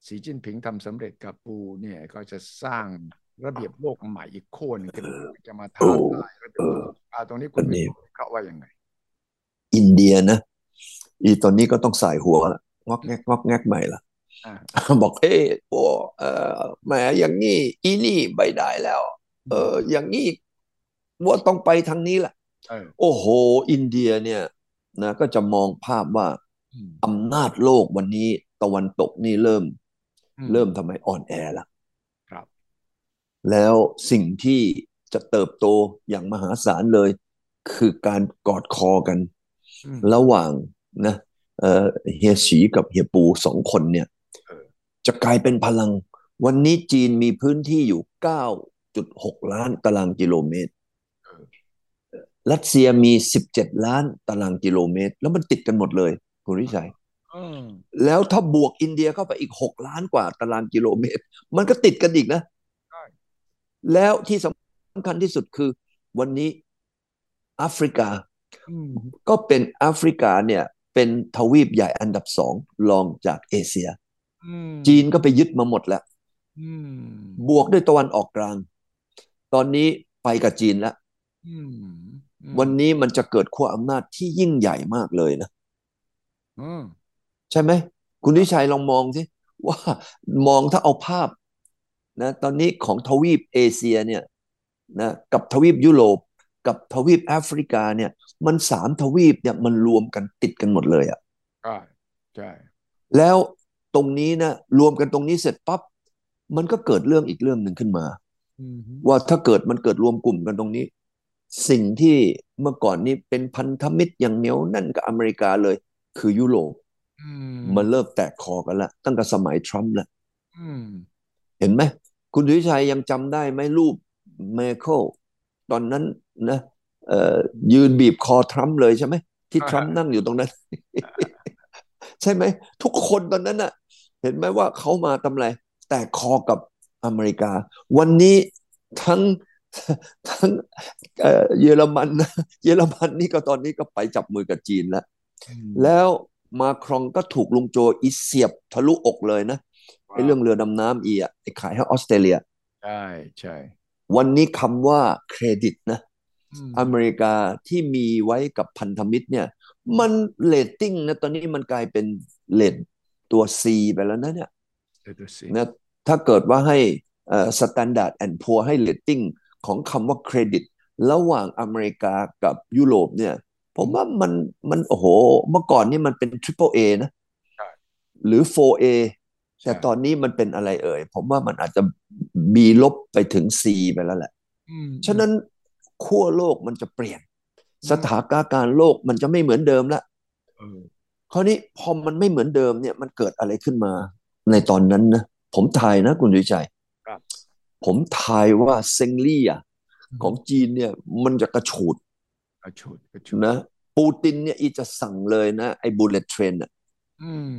Speaker 1: สีจิ้นผิงทำสำเร็จกับปูเนี่ยก็จะสร้างระเบียบโลกใหม่อีกขั้วหนึ่งขึ้นมาจะมาท้าทายระเบียบโลกอ่าตรงนี้คุณวิเคราะห์วิเคราะห์ว่ายังไง
Speaker 2: อินเดียนะ อีตอนนี้ก็ต้องสายหัวละงอกแงกงอกแงกใหม่ละ
Speaker 1: อ่า
Speaker 2: บอกเอ้โอ้เออแหมอย่างนี้อีนี่ไม่ได้แล้ว เออ อย่างนี้ว่าต้องไปทางนี้ละ
Speaker 1: เออ
Speaker 2: โอ้โห อินเดียเนี่ยนะก็จะมองภาพว่า อำนาจโลกวันนี้ตะวันตกนี่เริ่ม
Speaker 1: อืม
Speaker 2: เริ่มทำไมอ่อนแอละ
Speaker 1: ครับ
Speaker 2: แล้วสิ่งที่จะเติบโตอย่างมหาศาลเลย คือการกอดคอกัน
Speaker 1: อืม
Speaker 2: ระหว่างนะเอ่อเฮียฉีกับเฮียปูสองคนเนี่ย
Speaker 1: เออ
Speaker 2: จะกลายเป็นพลัง วันนี้จีนมีพื้นที่อยู่ 9.6 ล้านตารางกิโลเมตร รัสเซียมี 17 ล้านตารางกิโลเมตร แล้วมันติดกันหมดเลย คุณวิชัย
Speaker 1: อืม
Speaker 2: แล้วถ้าบวกอินเดียเข้าไปอีก 6 ล้านกว่าตารางกิโลเมตร มันก็ติดกันอีกนะ
Speaker 1: ใช่
Speaker 2: แล้วที่สำคัญที่สุดคือ วันนี้แอฟริกา
Speaker 1: อืม
Speaker 2: ก็เป็นแอฟริกาเนี่ยเป็นทวีปใหญ่อันดับสองรองจากเอเชีย
Speaker 1: อืม
Speaker 2: จีนก็ไปยึดมาหมดแล้ว
Speaker 1: อืม
Speaker 2: บวกด้วยตะวันออกกลาง ตอนนี้ไปกับจีนแล้ว
Speaker 1: อืมอืม
Speaker 2: วันนี้มันจะเกิดขั้วอำนาจที่ยิ่งใหญ่มากเลยนะ
Speaker 1: อืม
Speaker 2: ใช่ไหม คุณวิชัยลองมองสิว่ามองถ้าเอาภาพนะตอนนี้ของทวีปเอเชียเนี่ยนะกับทวีปยุโรปกับทวีปแอฟริกาเนี่ย มันสามทวีปเนี่ยมันรวมกันติดกันหมดเลยอะ
Speaker 1: ใช่ใช่
Speaker 2: แล้วตรงนี้นะรวมกันตรงนี้เสร็จปั๊บมันก็เกิดเรื่องอีกเรื่องหนึ่งขึ้นมา
Speaker 1: อืม
Speaker 2: ว่าถ้าเกิดมันเกิดรวมกลุ่มกันตรงนี้ สิ่งที่เมื่อก่อนนี้เป็นพันธมิตรอย่างเหนียวแน่นกับอเมริกาเลย คือยุโรป
Speaker 1: อืม
Speaker 2: มันเริ่มแตกคอกันละตั้งแต่สมัยทรัมป์ละ
Speaker 1: อืม
Speaker 2: เห็นไหม คุณสุวิชัยยังจำได้ไหมรูปเมเคิลตอนนั้นนะเอ่อยืนบีบคอทรัมป์เลยใช่ไหมที่ทรัมป์นั่งอยู่ตรงนั้น ใช่ไหมทุกคนตอนนั้นน่ะ เห็นไหมว่าเขามาทำอะไร แตกคอกับอเมริกา วันนี้ทั้ง ทั้งเอ่อเยอรมัน นะเยอรมันนี่ก็ตอนนี้ก็ไปจับมือกับจีนแล้ว
Speaker 1: อืม
Speaker 2: แล้วมาครองก็ถูกลุงโจอีเสียบทะลุอกเลยนะไอ้เรื่องเรือดำน้ำอีอ่ะไอ้ขายให้ออสเตรเลีย
Speaker 1: ใช่ใช่
Speaker 2: วันนี้คำว่าเครดิตนะ
Speaker 1: อืม
Speaker 2: อเมริกาที่มีไว้กับพันธมิตรเนี่ย มันเรตติ้งนะตอนนี้มันกลายเป็นเรตตัว C ไปแล้วนะเนี่ย
Speaker 1: เดี๋ยวดูสิ
Speaker 2: นะถ้าเกิดว่าให้เอ่อ Standard and Poor ให้เรตติ้งของคำว่าเครดิต ระหว่างอเมริกากับยุโรปเนี่ย ผมว่ามันมันโอ้โห เมื่อก่อนนี่มันเป็น Triple A นะ
Speaker 1: ใช่
Speaker 2: หรือ 4A แต่
Speaker 1: ใช่
Speaker 2: ตอนนี้มันเป็นอะไรเอ่ย ผมว่ามันอาจจะ B ลบไปถึง C ไปแล้วแหละ
Speaker 1: อืม
Speaker 2: ฉะนั้นขั้วโลกมันจะเปลี่ยน
Speaker 1: อืม
Speaker 2: สถานการณ์โลกมันจะไม่เหมือนเดิมละ
Speaker 1: เออ
Speaker 2: คราวนี้พอมันไม่เหมือนเดิมเนี่ยมันเกิดอะไรขึ้นมา ในตอนนั้นนะผมทายนะคุณดุชัย
Speaker 1: ครับ
Speaker 2: ผมทายว่าเซงลี่อ่ะของจีนเนี่ยมันจะกระฉูด
Speaker 1: กระชุดกระชุด
Speaker 2: นะปูตินเนี่ยอีจะสั่งเลยนะ ไอ้บูลเลตเทรนอ่ะ
Speaker 1: อืม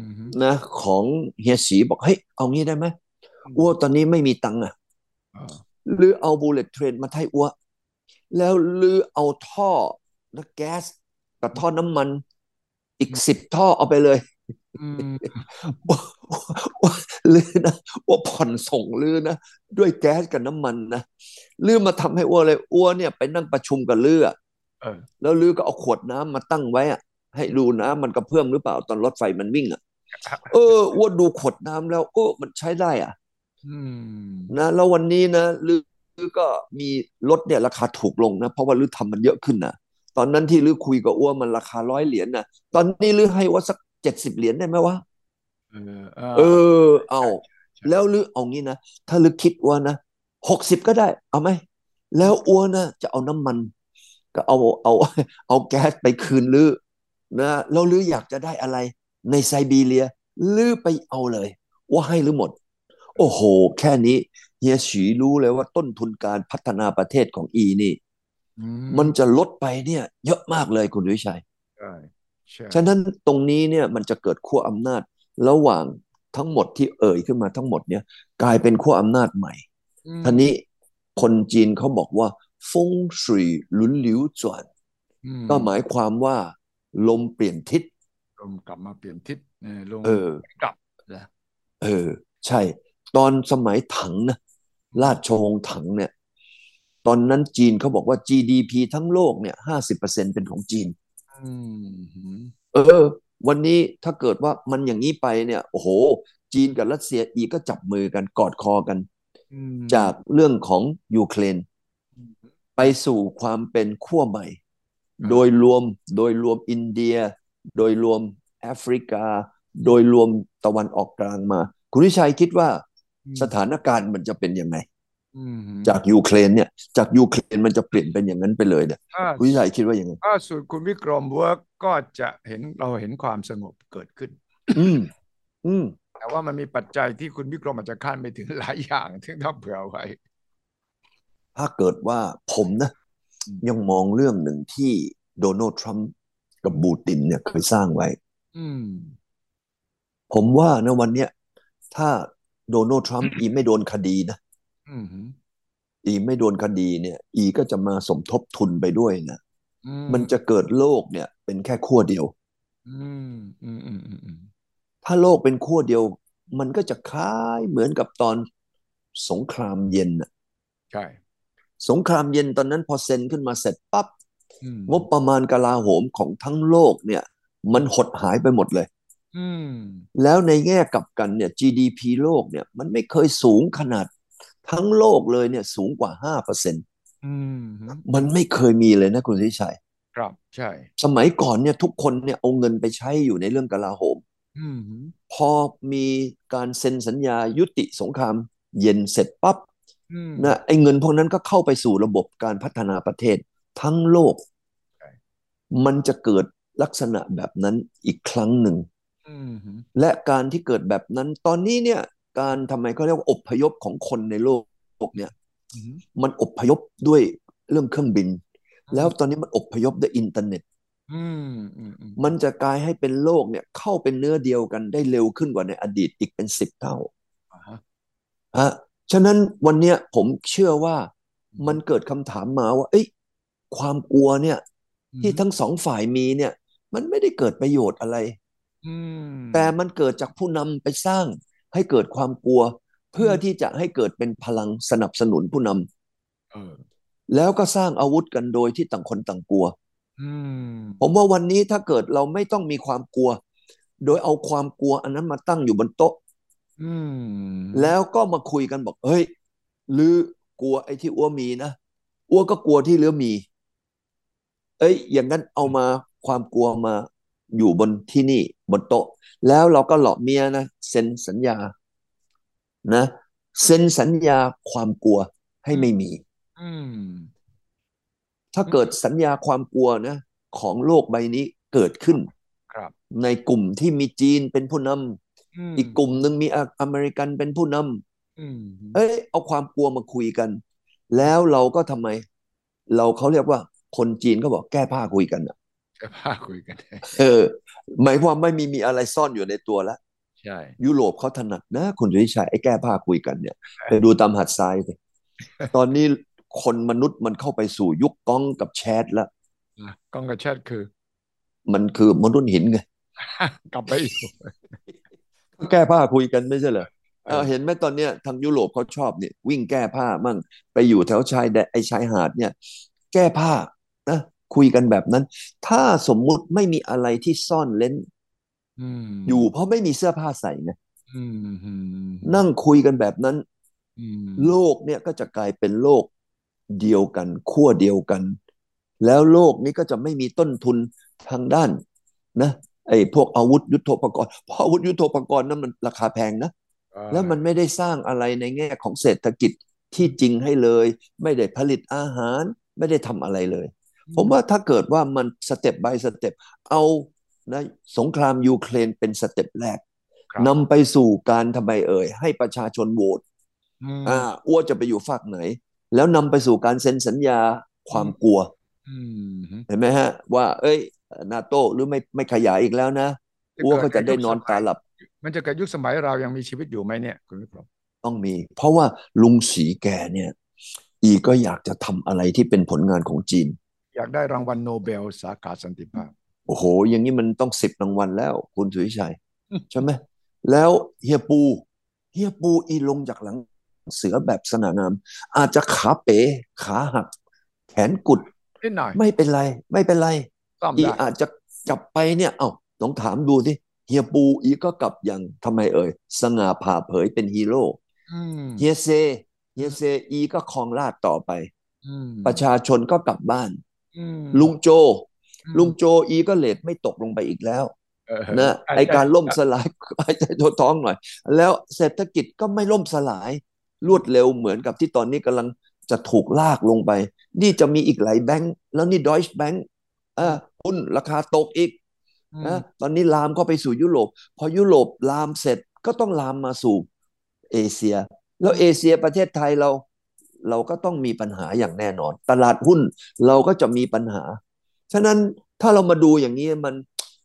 Speaker 2: นะของเฮียสีบอก เฮ้ย เอางี้ได้ไหม
Speaker 1: อืม
Speaker 2: อ้วตอนนี้ไม่มีตังค์อ่ะ
Speaker 1: เออ
Speaker 2: หรือเอาบูเลตเทรนมาไทยอ้วแล้วหรือเอาท่อนะแก๊สกับท่อน้ำมัน อีกสิบท่อเอาไปเลย
Speaker 1: อืม
Speaker 2: ว่าว่าลือนะ ว่าผ่อนส่งลือนะ ด้วยแก๊สกับน้ำมันนะลือมาทำให้อ้วเลยอ้วเนี่ยไปนั่งประชุมกับลืออะ
Speaker 1: เออ
Speaker 2: แล้วลือก็เอาขวดน้ำมาตั้งไว้อะให้ดูน้ำมันกระเพื่อมหรือเปล่าตอนรถไฟมันวิ่งอะเอออ้วดูขวดน้ำแล้วเออมันใช้ได้อะ
Speaker 1: อืม
Speaker 2: นะแล้ววันนี้นะลือลือก็มีลดเนี่ยราคาถูกลงนะ เพราะว่าลือทำมันเยอะขึ้นนะตอนนั้นที่ลือคุยกับอ้วนมันราคาร้อยเหรียญนะตอนนี้ลือให้ว่าสักเจ็ดสิบเหรียญได้ไหมวะ
Speaker 1: เออเอ
Speaker 2: เอ
Speaker 1: อ
Speaker 2: อ เอาแล้วลือเอางี้นะถ้าลือคิดว่านะหกสิบก็ได้ เอาไหมแล้วอ้วนนะจะเอาน้ำมัน ก็เอาเอาเอาแก๊สไปคืนลือนะแล้วลืออยากจะได้อะไร ในไซบีเรียลือไปเอาเลย ว่าให้หรือหมด โอ้โห แค่นี้เฮียฉีรู้เลยว่าต้นทุนการพัฒนาประเทศของอีนี่
Speaker 1: อืม
Speaker 2: มันจะลดไปเนี่ย เยอะมากเลยคุณวิชัย
Speaker 1: ใช่ใช่
Speaker 2: ฉะนั้นตรงนี้เนี่ยมันจะเกิดขั้วอำนาจระหว่างทั้งหมดที่เอ่ยขึ้นมาทั้งหมดเนี่ย กลายเป็นขั้วอำนาจใหม่
Speaker 1: อืม
Speaker 2: ท่านี้คนจีนเขาบอกว่าฟงสุยหลุนหลิวจวน
Speaker 1: อืม
Speaker 2: ก็หมายความว่า ลมเปลี่ยนทิศ
Speaker 1: ลมกลับมาเปลี่ยนทิศเออลง
Speaker 2: เออ
Speaker 1: กลับนะ
Speaker 2: เออ ใช่ ตอนสมัยถังนะราชวงศ์ถังเนี่ย ตอนนั้นจีนเขาบอกว่า GDP ทั้งโลกเนี่ยห้าสิบเปอร์เซ็นเป็นของจีน
Speaker 1: อืมอืม
Speaker 2: เออ วันนี้ถ้าเกิดว่ามันอย่างนี้ไปเนี่ย โอ้โห จีนกับรัสเซียอีกก็จับมือกันกอดคอกัน
Speaker 1: อืม
Speaker 2: จากเรื่องของยูเครนไปสู่ความเป็นขั้วใหม่ โดยรวมโดยรวมอินเดีย โดยรวม แอฟริกา โดยรวมตะวันออกกลางมา คุณวิชัยคิดว่า
Speaker 1: อืม
Speaker 2: สถานการณ์มันจะเป็นยังไง
Speaker 1: อืม
Speaker 2: จากยูเครนเนี่ยจากยูเครนมันจะเปลี่ยนเป็นอย่างนั้นไปเลยเนี่ย
Speaker 1: ถ้า
Speaker 2: คุณวิชัยคิดว่าอย่างไง
Speaker 1: ถ้าสุดคุณวิกรมเวิร์กก็จะเห็นเราเห็นความสงบเกิดขึ้น
Speaker 2: อืมอืม
Speaker 1: แต่ว่ามันมีปัจจัยที่คุณวิกรมอาจจะคาดไม่ถึงหลายอย่างที่ต้องเผื่อไว้
Speaker 2: ถ้าเกิดว่าผมนะ
Speaker 1: อืม
Speaker 2: ยังมองเรื่องหนึ่งที่โดนัลด์ทรัมป์กับบูตินเนี่ยเคยสร้างไว้
Speaker 1: อืม
Speaker 2: ผมว่านะวันเนี้ยถ้าโดนัลด์ทรัมป์อีไม่โดนคดีนะ
Speaker 1: อืม
Speaker 2: อีไม่โดนคดีเนี่ย อีก็จะมาสมทบทุนไปด้วยนะ
Speaker 1: อืม
Speaker 2: มันจะเกิดโลกเนี่ย เป็นแค่ขั้วเดียว
Speaker 1: อืมอืมอืมอืมอืม
Speaker 2: ถ้าโลกเป็นขั้วเดียว มันก็จะคล้ายเหมือนกับตอนสงครามเย็นน่ะ
Speaker 1: ใช่
Speaker 2: สงครามเย็นตอนนั้นพอเซ็นขึ้นมาเสร็จปั๊บ
Speaker 1: อืม
Speaker 2: งบประมาณกลาโหมของทั้งโลกเนี่ย มันหดหายไปหมดเลย
Speaker 1: อืม
Speaker 2: แล้วในแง่กลับกันเนี่ย GDP โลกเนี่ย มันไม่เคยสูงขนาดทั้งโลกเลยเนี่ย สูงกว่า 5%
Speaker 1: อืมอืม
Speaker 2: มันไม่เคยมีเลยนะคุณทิชัย
Speaker 1: ครับใช่
Speaker 2: สมัยก่อนเนี่ยทุกคนเนี่ยเอาเงินไปใช้อยู่ในเรื่องกลาโหม
Speaker 1: อืม
Speaker 2: พอมีการเซ็นสัญญายุติสงครามเย็นเสร็จปั๊บ
Speaker 1: อืม
Speaker 2: นะไอ้เงินพวกนั้นก็เข้าไปสู่ระบบการพัฒนาประเทศทั้งโลก
Speaker 1: ใช่
Speaker 2: มันจะเกิดลักษณะแบบนั้นอีกครั้งหนึ่ง
Speaker 1: อืม
Speaker 2: และการที่เกิดแบบนั้นตอนนี้เนี่ยการทำไมเขาเรียกว่าอพยพของคนในโลกเนี่ย
Speaker 1: อืม
Speaker 2: มันอพยพด้วยเรื่องเครื่องบิน
Speaker 1: อืม
Speaker 2: แล้วตอนนี้มันอพยพด้วยอินเทอร์เน็ต
Speaker 1: อืมอืมอืม
Speaker 2: มันจะกลายให้เป็นโลกเนี่ยเข้าเป็นเนื้อเดียวกันได้เร็วขึ้นกว่าในอดีตอีกเป็นสิบเท่า
Speaker 1: อ่าฮะ
Speaker 2: ฮะฉะนั้นวันเนี้ยผมเชื่อว่ามันเกิดคำถามมาว่า เอ้ยความกลัวเนี่ย
Speaker 1: อืม
Speaker 2: ที่ทั้งสองฝ่ายมีเนี่ย มันไม่ได้เกิดประโยชน์อะไร
Speaker 1: อืม
Speaker 2: แต่มันเกิดจากผู้นำไปสร้างให้เกิดความกลัว เพื่อที่จะให้เกิดเป็นพลังสนับสนุนผู้น
Speaker 1: เออ
Speaker 2: ำแล้วก็สร้างอาวุธกันโดยที่ต่างคนต่างกลัว
Speaker 1: อืม
Speaker 2: ผมว่าวันนี้ถ้าเกิดเราไม่ต้องมีความกลัว โดยเอาความกลัวอันนั้นมาตั้งอยู่บนโต๊ะ
Speaker 1: อืม
Speaker 2: แล้วก็มาคุยกันบอกเฮ้ยลือกลัวไอ้ที่อ้วมีนะอ้วก็กลัวที่เหลือมี เอ้ย อย่างนั้นเอามาความกลัวมาอยู่บนที่นี่บนโต๊ะ แล้วเราก็หลอกเมียนะเซ็นสัญญา นะเซ็นสัญญาความกลัวให้ไม่มี
Speaker 1: อืม
Speaker 2: ถ้าเกิดสัญญาความกลัวนะ ของโลกใบนี้เกิดขึ้น
Speaker 1: ครับ
Speaker 2: ในกลุ่มที่มีจีนเป็นผู้น
Speaker 1: อืม
Speaker 2: ำอีกกลุ่มหนึ่งมีอเมริกันเป็นผู้นำ
Speaker 1: อืม
Speaker 2: เอ้ยเอาความกลัวมาคุยกัน แล้วเราก็ทำไม เราเขาเรียกว่าคนจีนก็บอกแก้ผ้าคุยกันอะ
Speaker 1: จะพาคุยกันได้
Speaker 2: เออ หมายความไม่มีมีอะไรซ่อนอยู่ในตัวแล้ว
Speaker 1: ใช่
Speaker 2: ยุโรปเขาถนัดนะ คุณสุทธิชัยไอ้แก้ผ้าคุยกันเนี่ยไปดูตามหาดทรายสิตอนนี้คนมนุษย์มันเข้าไปสู่ยุคกล้องกับแชทแล้ว
Speaker 1: นะกล้องกระแชดคือ
Speaker 2: มันคือมนุษย์หินไง
Speaker 1: กลับไปอยู่
Speaker 2: แก้ผ้าคุยกันไม่ใช่เหรอเออเห็นไหมตอนเนี้ยทางยุโรปเขาชอบเนี่ย วิ่งแก้ผ้ามั่งไปอยู่แถวชายแดนไอ้ชายหาดเนี่ย แก้ผ้านะคุยกันแบบนั้น ถ้าสมมุติไม่มีอะไรที่ซ่อนเล้น
Speaker 1: อืม
Speaker 2: อยู่ เพราะไม่มีเสื้อผ้าใส่ไง
Speaker 1: อืมอืม
Speaker 2: นั่งคุยกันแบบนั้น
Speaker 1: อืม
Speaker 2: โลกเนี่ยก็จะกลายเป็นโลกเดียวกันขั้วเดียวกัน แล้วโลกนี้ก็จะไม่มีต้นทุนทางด้านนะไอ้พวกอาวุธยุทโธปกรณ์เพราะอาวุธยุทโธปกรณ์นั้นมันราคาแพงนะ
Speaker 1: เออ
Speaker 2: แล้วมันไม่ได้สร้างอะไรในแง่ของเศรษฐกิจที่จริงให้เลย ไม่ได้ผลิตอาหาร ไม่ได้ทำอะไรเลย ผมว่าถ้าเกิดว่ามันสเต็ป by สเต็ปเอานะสงครามยูเครนเป็นสเต็ปแรก
Speaker 1: ครับ
Speaker 2: นำไปสู่การทำไมเอ่ย ให้ประชาชนโหวต
Speaker 1: อืม
Speaker 2: อ่าอ้วจะไปอยู่ฝากไหน แล้วนำไปสู่การเซ็นสัญญาความกลัว
Speaker 1: อืม
Speaker 2: เห็นไหมฮะ ว่า เอ้ยนาโต้หรือไม่ไม่ขยายอีกแล้วนะอ้วก็จะได้นอนตาหลับ
Speaker 1: มันจะเกิดยุคสมัยเรายังมีชีวิตอยู่ไหมเนี่ยคุณวิกรม
Speaker 2: ต้องมี เพราะว่าลุงสีแกเนี่ย อีก็อยากจะทำอะไรที่เป็นผลงานของจีน
Speaker 1: อยากได้รางวัลโนเบลสาขาสันติภาพ
Speaker 2: โอ้โห อย่างนี้มันต้องสิบรางวัลแล้ว คุณสุวิชัย ใช่ไหมแล้วเฮียปูเฮียปูอีลงจากหลังเสือแบบสง่างาม อาจจะขาเป๋ขาหัก แขนกุด
Speaker 1: นิดหน่อย
Speaker 2: ไม่เป็นไร ไม่เป็นไร
Speaker 1: ซ่อม
Speaker 2: อี
Speaker 1: ได้
Speaker 2: อาจจะกลับไปเนี่ย เอ้าลองถามดูสิเฮียปูอีก็กลับอย่างทำไมเอ่ยสง่าผ่าเผยเป็นฮีโร่
Speaker 1: อืม
Speaker 2: เฮียเซ เฮียเซอีก็ครองราชย์ต่อไป
Speaker 1: อืม
Speaker 2: ประชาชนก็กลับบ้าน
Speaker 1: อืม
Speaker 2: ลุงโจ
Speaker 1: อืม
Speaker 2: ลุงโจอีก็เลทไม่ตกลงไปอีกแล้ว
Speaker 1: เออ
Speaker 2: นะ
Speaker 1: ใช่
Speaker 2: ไอการ
Speaker 1: ใช่
Speaker 2: ล่มสลาย หายใจตัวท้องหน่อย แล้วเศรษฐกิจก็ไม่ล่มสลายรวดเร็วเหมือนกับที่ตอนนี้กำลังจะถูกลากลงไป นี่จะมีอีกหลายแบงก์แล้วนี่ดอยช์แบงก์เออหุ้นราคาตกอีก
Speaker 1: อืม
Speaker 2: นะตอนนี้ลามเข้าไปสู่ยุโรป พอยุโรปลามเสร็จก็ต้องลามมาสู่เอเชีย แล้วเอเชียประเทศไทยเรา เราก็ต้องมีปัญหาอย่างแน่นอน ตลาดหุ้นเราก็จะมีปัญหา ฉะนั้นถ้าเรามาดูอย่างนี้มัน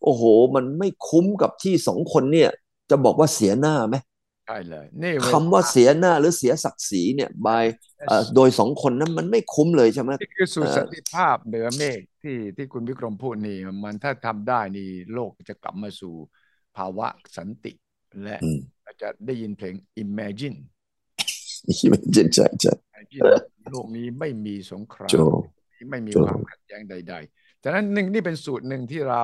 Speaker 2: โอ้โห มันไม่คุ้มกับที่สองคนเนี่ย จะบอกว่าเสียหน้าไหม
Speaker 1: ใช่เลย นี่เว
Speaker 2: คำว่าเสียหน้าหรือเสียศักดิ์ศรีเนี่ย by เอ่อโดยสองคนนั้นมันไม่คุ้มเลยใช่ไหม
Speaker 1: นี่คือสุ
Speaker 2: เอ่อ
Speaker 1: สันติภาพเหนือเมฆที่ที่คุณวิกรมพูดนี่มันถ้าทำได้นี่โลกจะกลับมาสู่ภาวะสันติ และ
Speaker 2: อืม
Speaker 1: จะได้ยินเพลง Imagine
Speaker 2: ไม่ใช่ใช่ใช่
Speaker 1: Imagine โลกนี้ไม่มีสงครา
Speaker 2: โจ
Speaker 1: ม ที่ไม่มี
Speaker 2: ถูก
Speaker 1: ความขัดแย้งใดๆ ฉะนั้นหนึ่งนี่เป็นสูตรหนึ่งที่เรา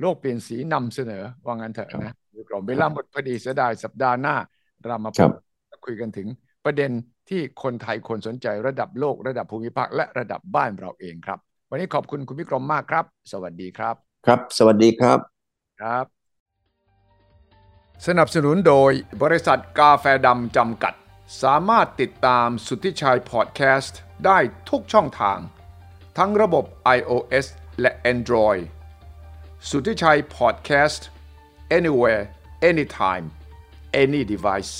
Speaker 1: โลกเปลี่ยนสีนำเสนอว่างั้นเถอะนะคุณกรมเวลาหมดพอดีเสียดายสัปดาห์หน้า เรามา
Speaker 2: ค
Speaker 1: พ
Speaker 2: รับ
Speaker 1: บคุยกันถึงประเด็นที่คนไทยคนสนใจระดับโลกระดับภูมิภาคและระดับบ้านเราเองครับ วันนี้ขอบคุณคุณวิกรมมากครับ สวัสดีครับ
Speaker 2: ครับ สวัสดีครับ
Speaker 1: ครับ สนับสนุนโดยบริษัทกาแฟดำจำกัด สามารถติดตามสุทธิชัยพอดแคสต์ได้ทุกช่องทาง ทั้งระบบ iOS และ Android สุทธิชัยพอดแคสต์ anywhere anytime any device